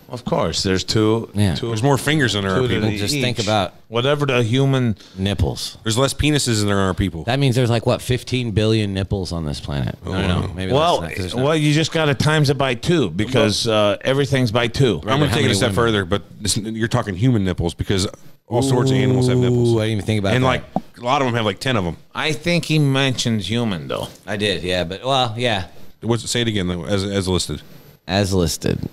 Speaker 4: Of course, there's two.
Speaker 2: Yeah.
Speaker 4: two
Speaker 1: There's more fingers than there are
Speaker 4: Two to
Speaker 1: people.
Speaker 4: the
Speaker 2: Just think about-
Speaker 4: whatever the human.
Speaker 2: Nipples.
Speaker 1: There's less penises than there are people.
Speaker 2: That means there's like what 15 billion nipples on this planet. I don't know. Maybe
Speaker 4: Well,
Speaker 2: that's not, 'cause there's not-
Speaker 4: well, you just got to times it by two because uh, everything's by two.
Speaker 1: I'm going to
Speaker 2: how
Speaker 1: take it a
Speaker 2: many
Speaker 1: step
Speaker 2: women?
Speaker 1: further, but this, you're talking human nipples because all sorts of animals have nipples,
Speaker 2: Ooh, I didn't even think about
Speaker 1: and
Speaker 2: that.
Speaker 1: like a lot of them have like ten of them.
Speaker 4: I think he mentions human though.
Speaker 2: I did, yeah, but well, yeah,
Speaker 1: What's say it again though, as as listed?
Speaker 2: as listed.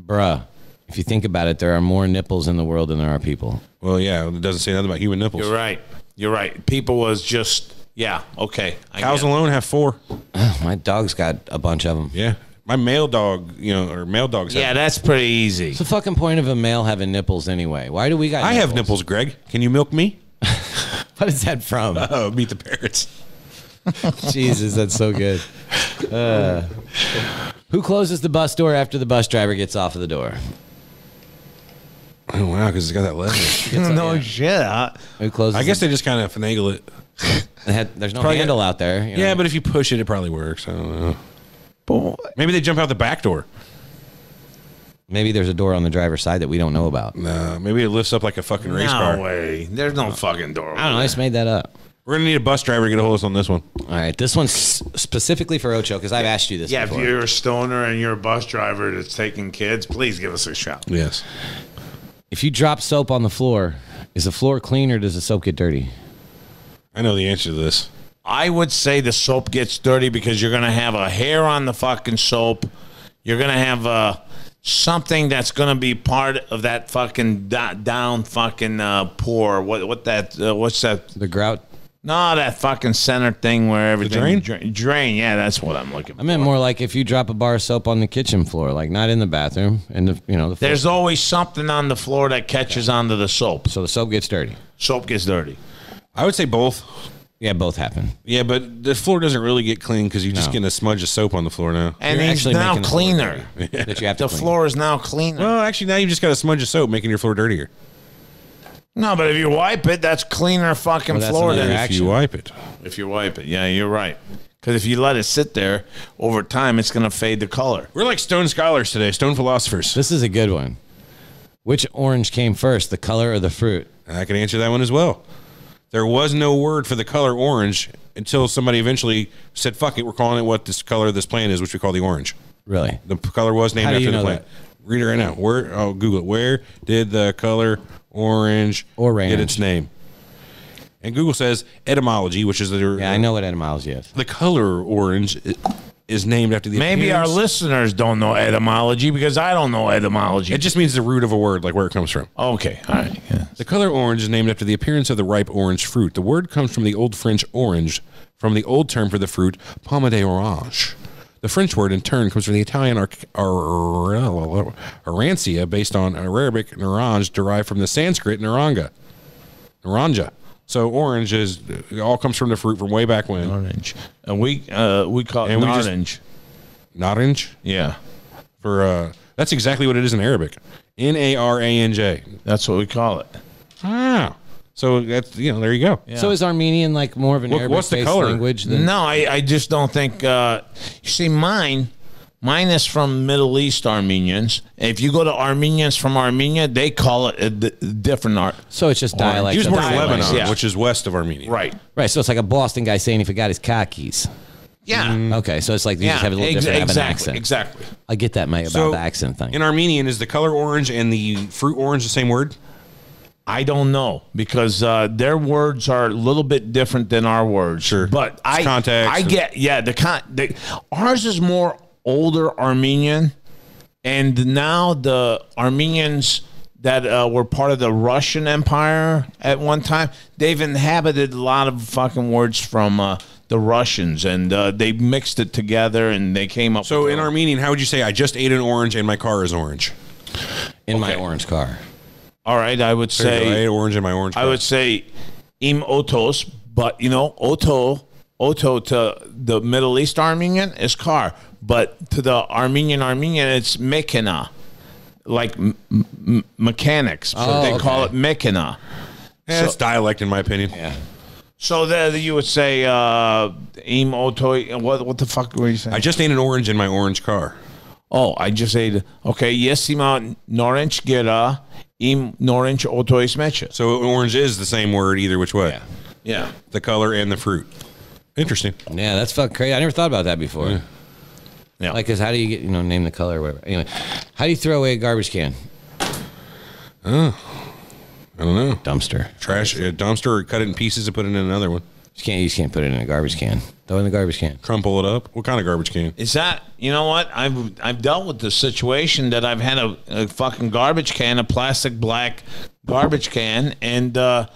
Speaker 2: Bruh, if you think about it, there are more nipples in the world than there are people.
Speaker 1: Well, yeah, it doesn't say nothing about human nipples.
Speaker 4: You're right. You're right. People was just yeah. Okay. I
Speaker 1: Cows
Speaker 4: get it.
Speaker 1: alone have four.
Speaker 2: Oh, my dog's got a bunch of them.
Speaker 1: Yeah, my male dog, you know, or male dogs.
Speaker 4: Yeah,
Speaker 1: have,
Speaker 4: that's pretty easy.
Speaker 2: What's the fucking point of a male having nipples anyway? Why do we got?
Speaker 1: I have nipples. Greg, can you milk me?
Speaker 2: What is that from?
Speaker 1: [laughs] Oh, meet the parents.
Speaker 2: Jesus, that's so good. Uh, who closes the bus door after the bus driver gets off of the door?
Speaker 1: Oh wow, because it's got that leather.
Speaker 4: no shit. huh?
Speaker 2: Who closes?
Speaker 1: I guess
Speaker 2: the-
Speaker 1: they just kind of finagle it.
Speaker 2: they had- there's no
Speaker 1: probably-
Speaker 2: handle out there. you know?
Speaker 1: Yeah, but if you push it, it probably works. I don't know. Maybe they jump out the back door.
Speaker 2: maybe there's a door on the driver's side that we don't know about.
Speaker 1: No, maybe it lifts up like a fucking race car.
Speaker 4: No way. There's no fucking door.
Speaker 2: I don't know. I just made that up.
Speaker 1: We're gonna need a bus driver to get a hold of us on this one.
Speaker 2: All right, this one's specifically for Ocho because I've asked you this.
Speaker 4: Yeah, if
Speaker 2: before.
Speaker 4: you're a stoner and you're a bus driver that's taking kids, please give us a shot.
Speaker 1: Yes.
Speaker 2: If you drop soap on the floor, is the floor clean or does the soap get dirty?
Speaker 1: I know the answer to this.
Speaker 4: I would say the soap gets dirty because you're gonna have a hair on the fucking soap. You're gonna have uh, something that's gonna be part of that fucking do- down fucking uh, pour. What what that? Uh, what's that?
Speaker 2: The grout.
Speaker 4: No, that fucking center thing where everything
Speaker 1: drain?
Speaker 4: Drain, drain. Yeah, that's what I'm looking.
Speaker 2: I
Speaker 4: for.
Speaker 2: meant more like if you drop a bar of soap on the kitchen floor, like not in the bathroom, and the you know the floor.
Speaker 4: There's always something on the floor that catches onto the soap.
Speaker 2: so the soap gets dirty.
Speaker 4: Soap gets dirty.
Speaker 1: I would say both.
Speaker 2: Yeah, both happen.
Speaker 1: Yeah, but the floor doesn't really get clean because you're just
Speaker 2: No.
Speaker 1: getting a smudge of soap on the floor now.
Speaker 4: And
Speaker 2: You're
Speaker 4: he's
Speaker 2: actually
Speaker 4: now
Speaker 2: making the floor
Speaker 4: cleaner.
Speaker 2: dirty, [laughs] that you have to
Speaker 4: The
Speaker 2: clean.
Speaker 4: floor is now cleaner.
Speaker 1: Well, actually, now you just got a smudge of soap making your floor dirtier.
Speaker 7: No, but if you wipe it, that's cleaner fucking
Speaker 2: Well, that's
Speaker 7: floor
Speaker 2: another
Speaker 7: than
Speaker 1: If you wipe it.
Speaker 4: If you wipe it, yeah, you're right. Because if you let it sit there over time, it's gonna fade the color.
Speaker 1: We're like stone scholars today, stone philosophers.
Speaker 2: This is a good one. Which orange came first, the color or the fruit?
Speaker 1: And I can answer that one as well. There was no word for the color orange until somebody eventually said, "Fuck it, we're calling it what this color of this plant is, which we call the orange."
Speaker 2: Really?
Speaker 1: The p- color was named
Speaker 2: How do
Speaker 1: after
Speaker 2: you
Speaker 1: the
Speaker 2: know
Speaker 1: plant. Read it right now. Where? Oh, Google it. Where did the color orange,
Speaker 2: Orange.
Speaker 1: get its name? And Google says etymology, which is the
Speaker 2: Yeah, I know what etymology is.
Speaker 1: the color orange i- is named after the
Speaker 7: Maybe our
Speaker 1: appearance-
Speaker 7: listeners don't know etymology because I don't know etymology.
Speaker 1: It just means the root of a word, like where it comes from.
Speaker 7: Okay, all right. Yeah.
Speaker 1: The color orange is named after the appearance of the ripe orange fruit. The word comes from the old French orange, from the old term for the fruit, pomme de orange. The French word, in turn, comes from the Italian ar- ar- arancia, based on Arabic naranj, derived from the Sanskrit naranga. Naranja. So orange is it all comes from the fruit from way back when.
Speaker 4: Orange, and we uh, we call it
Speaker 1: And we just-
Speaker 4: orange.
Speaker 1: Naranj
Speaker 4: Yeah,
Speaker 1: for uh that's exactly what it is in Arabic. N A R A N J.
Speaker 4: that's what we call it.
Speaker 1: Ah. So that's you know, there you go.
Speaker 2: So is Armenian like more of an
Speaker 1: What-
Speaker 2: Arabic
Speaker 1: what's the
Speaker 2: based
Speaker 1: color?
Speaker 2: language than
Speaker 4: No, I, I just don't think. Uh, you see, mine, mine is from Middle East Armenians. If you go to Armenians from Armenia, they call it a d- different art.
Speaker 2: so it's just dialect.
Speaker 1: He was
Speaker 2: of
Speaker 1: born in
Speaker 2: dialect.
Speaker 1: Lebanon,
Speaker 4: yeah.
Speaker 1: which is west of Armenia.
Speaker 4: Right.
Speaker 2: Right, so it's like a Boston guy saying he forgot his khakis.
Speaker 4: Yeah.
Speaker 2: Okay, so it's like you
Speaker 4: Mm. Yeah.
Speaker 2: just have a little
Speaker 4: Ex-
Speaker 2: different of an
Speaker 4: exactly.
Speaker 2: accent.
Speaker 4: Exactly.
Speaker 2: I get that, Mike, about
Speaker 1: So,
Speaker 2: the accent thing.
Speaker 1: In Armenian, is the color orange and the fruit orange the same word?
Speaker 4: I don't know because uh, their words are a little bit different than our words.
Speaker 1: Sure.
Speaker 4: But I
Speaker 1: context
Speaker 4: I
Speaker 1: and-
Speaker 4: get yeah, the con the, ours is more older Armenian and now the Armenians that uh, were part of the Russian Empire at one time, they've inhabited a lot of fucking words from uh, the Russians and uh, they mixed it together and they came up
Speaker 1: So
Speaker 4: with
Speaker 1: in
Speaker 4: their-
Speaker 1: Armenian, how would you say I just ate an orange and my car is orange?
Speaker 2: in my orange car.
Speaker 4: All right, I would
Speaker 1: There you go, I
Speaker 4: say
Speaker 1: ate orange in my orange.
Speaker 4: I
Speaker 1: car.
Speaker 4: would say im otos, but you know, oto, oto to the Middle East Armenian is car, but to the Armenian Armenian it's mekina, like m- m- mechanics. So
Speaker 2: Oh,
Speaker 4: they call it
Speaker 2: okay.
Speaker 4: mekina.
Speaker 1: Eh, it's dialect in my opinion.
Speaker 4: So the, you would say uh, im oto. What what the fuck were you saying?
Speaker 1: I just ate an orange in my orange car.
Speaker 4: oh, I just said okay. Yesima norench gira im norench oto ismecha.
Speaker 1: So orange is the same word either which way.
Speaker 4: Yeah.
Speaker 1: The color and the fruit. Interesting.
Speaker 2: Yeah, that's fucking crazy. I never thought about that before. Yeah.
Speaker 4: Yeah.
Speaker 2: Like, cause how do you get you know name the color or whatever? Anyway, how do you throw away a garbage can?
Speaker 1: Oh, I don't know.
Speaker 2: Dumpster.
Speaker 1: Trash a dumpster or cut it in pieces and put it in another one.
Speaker 2: You can't you just can't put it in a garbage can. Throw it in the garbage can.
Speaker 1: Crumple it up. What kind of garbage can?
Speaker 4: Is that you know what I've I've dealt with the situation that I've had a, a fucking garbage can, a plastic black garbage can, and uh,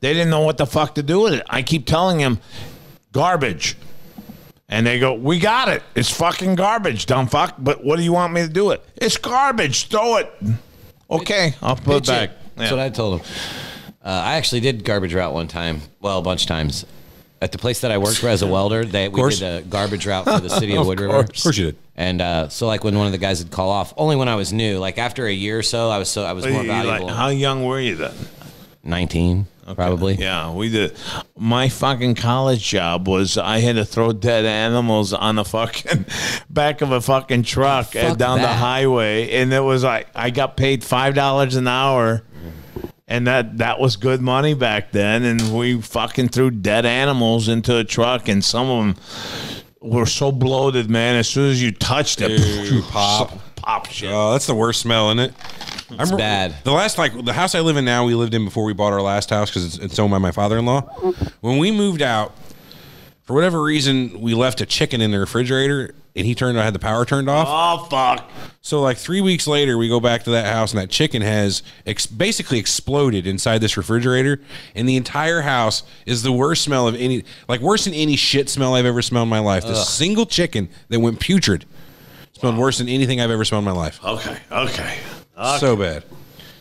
Speaker 4: they didn't know what the fuck to do with it. I keep telling them garbage, and they go, "We got it. It's fucking garbage, dumb fuck." But what do you want me to do it? It's garbage. Throw it. Okay, I'll put it
Speaker 2: Pitch
Speaker 4: back.
Speaker 2: That's
Speaker 4: Yeah.
Speaker 2: what I told him. Uh, I actually did garbage route one time. Well, a bunch of times. At the place that I worked
Speaker 1: [laughs]
Speaker 2: for as a welder, they we
Speaker 1: course.
Speaker 2: did a garbage route for the city of, Wood River.
Speaker 1: [laughs] Of course you did.
Speaker 2: And uh, so, like when one of the guys would call off, only when I was new. Like after a year or so, I was so I was more
Speaker 4: You like-
Speaker 2: valuable.
Speaker 4: how young were you then?
Speaker 2: Nineteen, probably.
Speaker 4: Yeah, we did. My fucking college job was I had to throw dead animals on the fucking [laughs] back of a fucking truck and down the
Speaker 2: that.
Speaker 4: highway, and it was like I got paid five dollars an hour, and that that was good money back then. And we fucking threw dead animals into a truck, and some of them were so bloated, man. As soon as you touched it, [laughs]
Speaker 1: Dude, pop.
Speaker 4: pop shit.
Speaker 1: Oh, that's the worst smell, isn't it? It's
Speaker 2: bad.
Speaker 1: The last, like, the house I live in now, we lived in before we bought our last house because it's, it's owned by my father in law. When we moved out, for whatever reason, we left a chicken in the refrigerator and he turned, I had the power turned off.
Speaker 4: Oh fuck!
Speaker 1: So, like, three weeks later, we go back to that house and that chicken has ex- basically exploded inside this refrigerator. And the entire house is the worst smell of any, like, worse than any shit smell I've ever smelled in my life. The single chicken that went putrid smelled worse than anything I've ever smelled in my life.
Speaker 4: Okay, okay.
Speaker 1: So bad.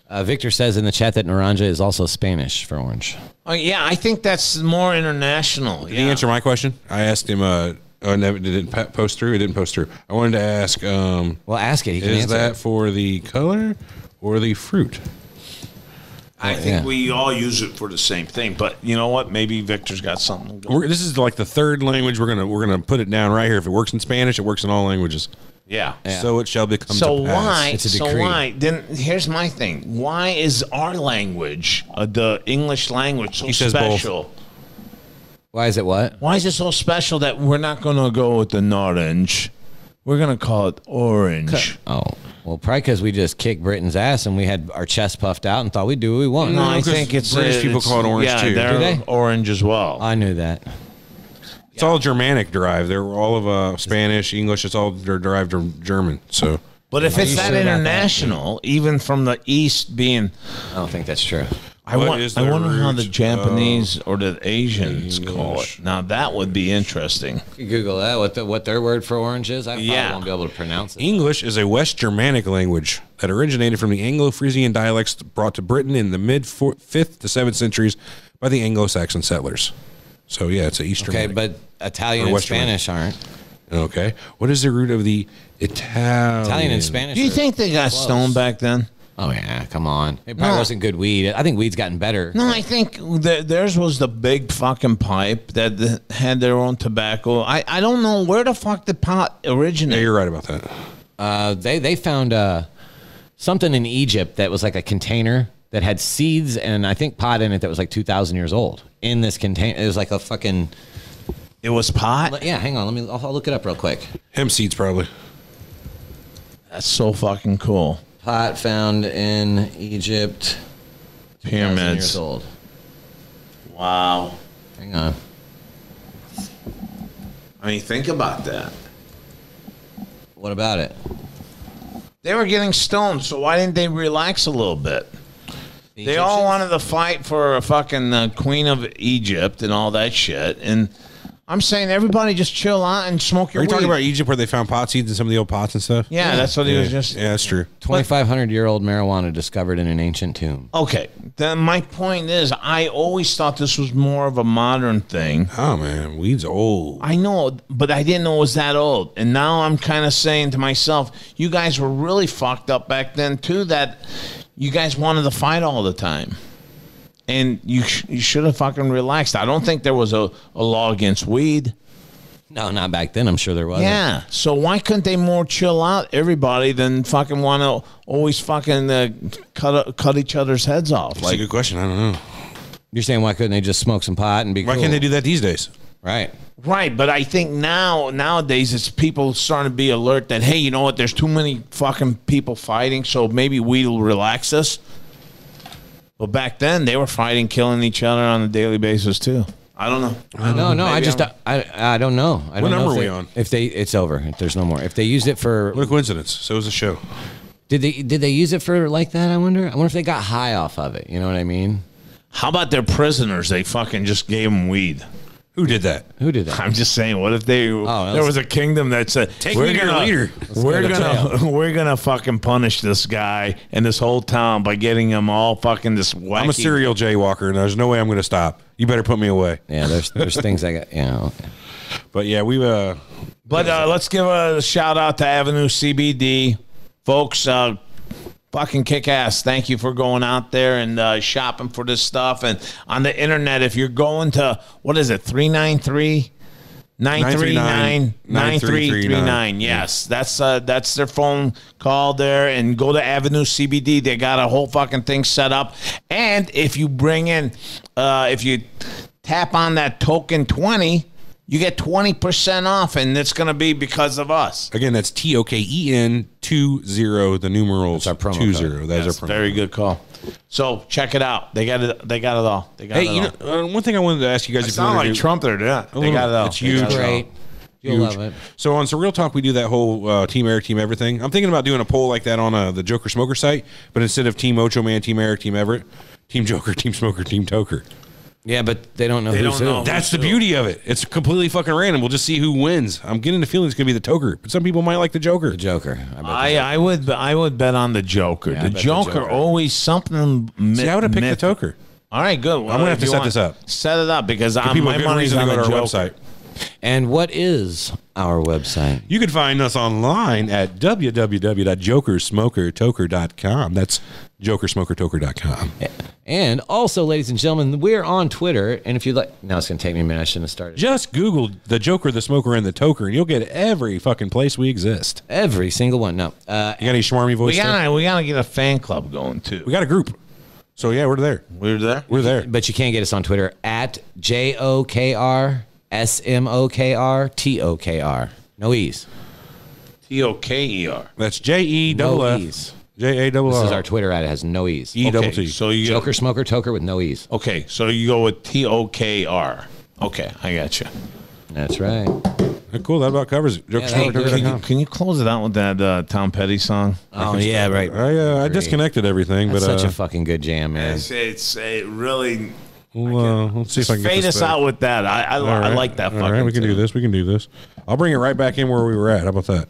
Speaker 2: Uh, Victor says in the chat that Naranja is also Spanish for orange.
Speaker 4: Oh, yeah, I think that's more international.
Speaker 1: Did he
Speaker 4: yeah.
Speaker 1: answer my question? I asked him. Uh, oh, never, did it pa- post through? It didn't post through. I wanted to ask: um,
Speaker 2: Well, ask it. He can
Speaker 1: Is
Speaker 2: answer.
Speaker 1: that
Speaker 2: it.
Speaker 1: for the color or the fruit?
Speaker 4: I think
Speaker 2: yeah.
Speaker 4: we all use it for the same thing, but you know what? Maybe Victor's got something. Going.
Speaker 1: We're, this is like the third language we're gonna we're gonna put it down right here. If it works in Spanish, it works in all languages.
Speaker 4: Yeah.
Speaker 1: So it shall become.
Speaker 4: So
Speaker 1: to pass.
Speaker 4: why?
Speaker 2: It's a
Speaker 4: So
Speaker 2: decree.
Speaker 4: why? Then here's my thing. Why is our language, uh, the English language, so
Speaker 1: He says both.
Speaker 4: special?
Speaker 2: Why is it what?
Speaker 4: Why is it so special that we're not going to go with an orange? We're going to call it orange.
Speaker 2: Oh, well, probably because we just kicked Britain's ass and we had our chest puffed out and thought we'd do what we want.
Speaker 4: No, I
Speaker 1: because
Speaker 4: think it's
Speaker 1: British
Speaker 4: uh,
Speaker 1: people
Speaker 4: it's-
Speaker 1: call it orange,
Speaker 4: yeah,
Speaker 1: too.
Speaker 4: They're
Speaker 2: Do they?
Speaker 4: orange as well.
Speaker 2: I knew that.
Speaker 1: It's all Germanic derived. They're all of uh, Spanish, English. It's all der- derived from German. So
Speaker 4: but if
Speaker 2: you
Speaker 4: it's that
Speaker 2: sure about that?
Speaker 4: international, even from the east being,
Speaker 2: I don't think that's true.
Speaker 4: I,
Speaker 1: What
Speaker 4: want,
Speaker 1: is
Speaker 4: I
Speaker 1: the
Speaker 4: wonder how
Speaker 1: root
Speaker 4: the
Speaker 1: of
Speaker 4: Japanese or the Asians call
Speaker 1: English?
Speaker 4: it. Now that would be interesting.
Speaker 2: You Google that. What the, what their word for orange is? I probably
Speaker 4: Yeah.
Speaker 2: won't be able to pronounce it.
Speaker 1: English is a West Germanic language that originated from the Anglo-Frisian dialects brought to Britain in the mid four- fifth to seventh centuries by the Anglo-Saxon settlers. So yeah, it's a East
Speaker 2: Okay,
Speaker 1: Germanic.
Speaker 2: but Italian
Speaker 1: Or
Speaker 2: and
Speaker 1: Western.
Speaker 2: Spanish aren't.
Speaker 4: Oh,
Speaker 1: okay. What is the root of the Italian?
Speaker 2: Italian and Spanish.
Speaker 4: Do you
Speaker 2: are-
Speaker 4: think they got
Speaker 2: Close.
Speaker 4: stoned back then?
Speaker 2: Oh yeah, come on. It probably
Speaker 4: No.
Speaker 2: wasn't good weed. I think weed's gotten better.
Speaker 4: No, I think th- theirs was the big fucking pipe that th- had their own tobacco. I, I don't know where the fuck the pot
Speaker 1: Yeah,
Speaker 4: originated.
Speaker 1: you're right about that.
Speaker 2: Uh, they they found uh, something in Egypt that was like a container that had seeds and I think pot in it that was like two thousand years old. In this container, it was like a fucking
Speaker 4: It was pot.
Speaker 2: yeah. Hang on, let me. I'll, I'll look it up real quick.
Speaker 1: Hemp seeds probably.
Speaker 4: That's so fucking cool.
Speaker 2: Pot found in Egypt. 2,000 Years
Speaker 4: Pyramids.
Speaker 2: old.
Speaker 4: Wow.
Speaker 2: Hang on.
Speaker 4: I mean, think about that.
Speaker 2: What about it?
Speaker 4: They were getting stoned, so why didn't they relax a little bit?
Speaker 2: The
Speaker 4: They all
Speaker 2: Egyptians?
Speaker 4: wanted to fight for a fucking uh, queen of Egypt and all that shit. And I'm saying everybody just chill out and smoke your
Speaker 1: Are you talking
Speaker 4: weed.
Speaker 1: about Egypt where they found pot seeds in some of the old pots and stuff?
Speaker 4: yeah, that's what he
Speaker 1: Yeah,
Speaker 4: was just.
Speaker 1: yeah, that's true.
Speaker 2: 2,500 year old marijuana discovered in an ancient tomb.
Speaker 4: Okay, then my point is, I always thought this was more of a modern thing.
Speaker 1: Oh man, weed's old.
Speaker 4: I know, but I didn't know it was that old. And now I'm kind of saying to myself, you guys were really fucked up back then too. That you guys wanted to fight all the time, and you sh- you should have fucking relaxed. I don't think there was a, a law against weed.
Speaker 2: No, not back then. I'm sure there was.
Speaker 4: Yeah. So why couldn't they more chill out everybody than fucking want to always fucking uh, cut cut each other's heads off?
Speaker 1: That's a
Speaker 4: Like
Speaker 1: good question. I don't know.
Speaker 2: You're saying why couldn't they just smoke some pot and be
Speaker 1: Why
Speaker 2: cool?
Speaker 1: can't they do that these days?
Speaker 2: Right.
Speaker 4: Right, but I think now nowadays it's people starting to be alert that hey, you know what? There's too many fucking people fighting, so maybe we'll relax us. But back then they were fighting, killing each other on a daily basis too. I don't know.
Speaker 2: No, no. I
Speaker 4: Maybe
Speaker 2: just
Speaker 4: I'm-
Speaker 2: I, I don't know. I
Speaker 1: What
Speaker 2: don't know
Speaker 1: number
Speaker 2: if
Speaker 1: are we
Speaker 2: they-
Speaker 1: on?
Speaker 2: If they, it's over. If there's no more. If they used it for,
Speaker 1: What a coincidence. So is the show.
Speaker 2: did they did they use it for like that? I wonder. I wonder if they got high off of it. You know what I mean?
Speaker 1: uh,
Speaker 4: How about their prisoners? They fucking just gave them weed.
Speaker 1: Who did that?
Speaker 2: Who did that?
Speaker 4: I'm just saying, what if they?
Speaker 2: that's-
Speaker 4: there was a kingdom that said,
Speaker 1: Take
Speaker 4: we're
Speaker 1: me to your
Speaker 4: gonna,
Speaker 1: leader.
Speaker 4: We're
Speaker 2: go to
Speaker 4: gonna, [laughs] we're gonna fucking punish this guy and this whole town by getting them all fucking this wacky."
Speaker 1: I'm a serial jaywalker, and there's no way I'm going to stop. You better put me away.
Speaker 2: Yeah, there's there's things I got. You know.
Speaker 1: But yeah, we uh,
Speaker 4: But uh, let's give a shout out to Avenue CBD, folks. Uh, fucking kick ass! Thank you for going out there and uh, shopping for this stuff. And on the internet, if you're going to what is it, three nine three. 939 9339. Yes, that's uh, that's their phone call there. And go to Avenue CBD. They got a whole fucking thing set up. And if you bring in, uh, if you tap on that token 20, you get 20% off. And it's going to be because of us.
Speaker 1: again, that's T O K E N two zero. The numerals
Speaker 2: That's our promo
Speaker 1: two
Speaker 2: code.
Speaker 1: zero. That's
Speaker 4: That's
Speaker 1: our promo.
Speaker 4: very good call. So check it out. They got it. They got it all. They got
Speaker 1: hey,
Speaker 4: it
Speaker 1: you
Speaker 4: all.
Speaker 1: know, uh, one thing I wanted to ask you guys. if you wanted to do-
Speaker 4: Trump there. Yeah, they got it all.
Speaker 1: It's
Speaker 4: They got
Speaker 1: huge.
Speaker 4: it all.
Speaker 2: Great. You'll
Speaker 1: Huge.
Speaker 2: love it.
Speaker 1: So on Surreal Talk, we do that whole uh, Team Eric, Team Everything. I'm thinking about doing a poll like that on uh, the Joker Smoker site, but instead of Team Ocho Man, Team Eric, Team Everett, Team Joker, [laughs] Team Smoker, Team Toker.
Speaker 2: Yeah, but they don't know. who's
Speaker 4: don't
Speaker 2: who.
Speaker 4: know.
Speaker 1: That's the beauty of it. It's completely fucking random. We'll just see who wins. I'm getting the feeling it's going to be the Toker, but some people might like the Joker.
Speaker 2: The Joker. I bet
Speaker 4: I, I would I would bet on the Joker.
Speaker 2: I
Speaker 4: the,
Speaker 2: bet the
Speaker 4: Joker
Speaker 2: Joker.
Speaker 4: always something. Mi-
Speaker 1: See, I would have picked
Speaker 4: myth-
Speaker 1: the Toker.
Speaker 4: All right, good. Well,
Speaker 1: gonna have
Speaker 4: if
Speaker 1: to
Speaker 4: you
Speaker 1: set this up.
Speaker 4: Set it up because I,
Speaker 1: people
Speaker 4: my
Speaker 1: a good
Speaker 4: money's
Speaker 1: reason
Speaker 4: on
Speaker 1: to go
Speaker 4: the
Speaker 1: to our
Speaker 4: Joker.
Speaker 1: website.
Speaker 2: And what is our website?
Speaker 1: You can find us online at www.jokersmokertoker.com. That's jokersmokertoker.com.
Speaker 2: And also, ladies and gentlemen, we're on Twitter. And if you'd like, now it's going to take me a minute. I shouldn't have started.
Speaker 1: Just Google the Joker, the Smoker, and the Toker, and you'll get every fucking place we exist.
Speaker 2: Every single one. No. Uh,
Speaker 1: You got any shawarmy voice?
Speaker 4: We
Speaker 1: there?
Speaker 4: gotta, we gotta get a fan club going too.
Speaker 1: we got a group. So yeah, we're there.
Speaker 4: We're there.
Speaker 1: We're there.
Speaker 2: but you can get us on Twitter at J O K R S M O K R T O K R. No E's.
Speaker 4: T O K E R.
Speaker 1: That's J E double
Speaker 2: No
Speaker 1: F.
Speaker 2: E's.
Speaker 1: J A double
Speaker 2: This is our
Speaker 1: R.
Speaker 2: Twitter ad. It has no E's. Oh,
Speaker 1: E double
Speaker 4: Okay,
Speaker 1: T.
Speaker 4: so you
Speaker 2: Joker, smoker, toker with no E's.
Speaker 4: okay, so you go with T O K E R. Okay, I got you.
Speaker 2: That's right.
Speaker 1: Uh, Cool. That about covers it.
Speaker 2: that'll do it.
Speaker 4: Can you,
Speaker 1: Jokersmokertoker.com.
Speaker 4: can you close it out with that uh, Tom Petty song?
Speaker 2: Oh, yeah, right.
Speaker 1: I, uh, I disconnected everything,
Speaker 2: That's
Speaker 1: but
Speaker 2: such
Speaker 1: uh,
Speaker 2: a fucking good jam, man.
Speaker 4: It's, it's it really
Speaker 1: we'll, uh, let's see if I can get
Speaker 4: fade
Speaker 1: this
Speaker 4: us
Speaker 1: better.
Speaker 4: out with that. I I,
Speaker 1: All
Speaker 4: I
Speaker 1: right.
Speaker 4: like that.
Speaker 1: All
Speaker 4: Fucking
Speaker 1: right, we can do
Speaker 4: tune.
Speaker 1: this. We can do this. I'll bring it right back in where we were at. How about that?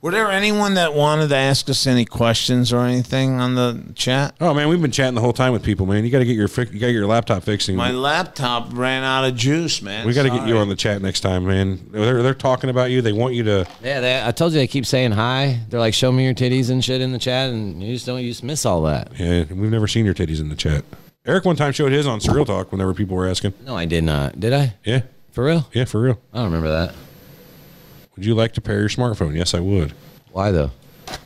Speaker 4: Were there anyone that wanted to ask us any questions or anything on the chat?
Speaker 1: Oh man, we've been chatting the whole time with people, man. You got to get your fi- you got your laptop fixing.
Speaker 4: My laptop ran out of juice, man.
Speaker 1: we got to get you
Speaker 4: Sorry.
Speaker 1: on the chat next time, man. They're they're talking about you. They want you to.
Speaker 2: Yeah, they, I told you they keep saying hi. They're like, show me your titties and shit in the chat, and you just don't, you just miss all that.
Speaker 1: Yeah, we've never seen your titties in the chat. Eric one time showed his on Surreal Talk whenever people were asking.
Speaker 2: No, I did not. Did I?
Speaker 1: Yeah,
Speaker 2: For real?
Speaker 1: yeah, for real.
Speaker 2: I don't remember that.
Speaker 1: Would you like to pair your smartphone? Yes, I would.
Speaker 2: Why though?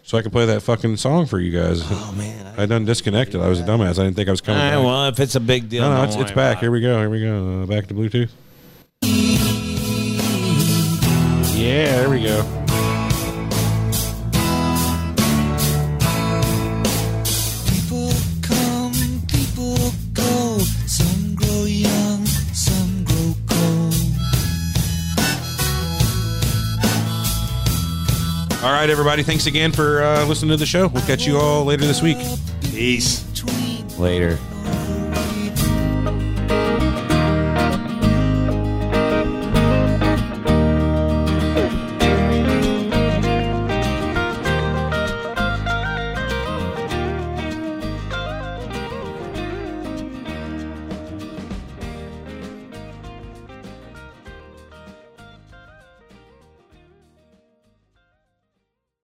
Speaker 1: So I could play that fucking song for you guys. Oh man, I, done disconnected. I was a dumbass. I didn't think I was
Speaker 4: All
Speaker 1: coming.
Speaker 4: right.
Speaker 1: back.
Speaker 4: Well, if it's a big deal,
Speaker 1: no, no,
Speaker 4: don't
Speaker 1: it's, it's
Speaker 4: worry
Speaker 1: back.
Speaker 4: about
Speaker 1: Here we go. Here we go. Uh, back to Bluetooth. Yeah, there we go.
Speaker 3: People come, people go. Some grow young, some grow cold.
Speaker 1: All right, everybody. Thanks again for uh, listening to the show. We'll catch you all later this week.
Speaker 4: it. Peace.
Speaker 3: Between
Speaker 2: Later.
Speaker 3: no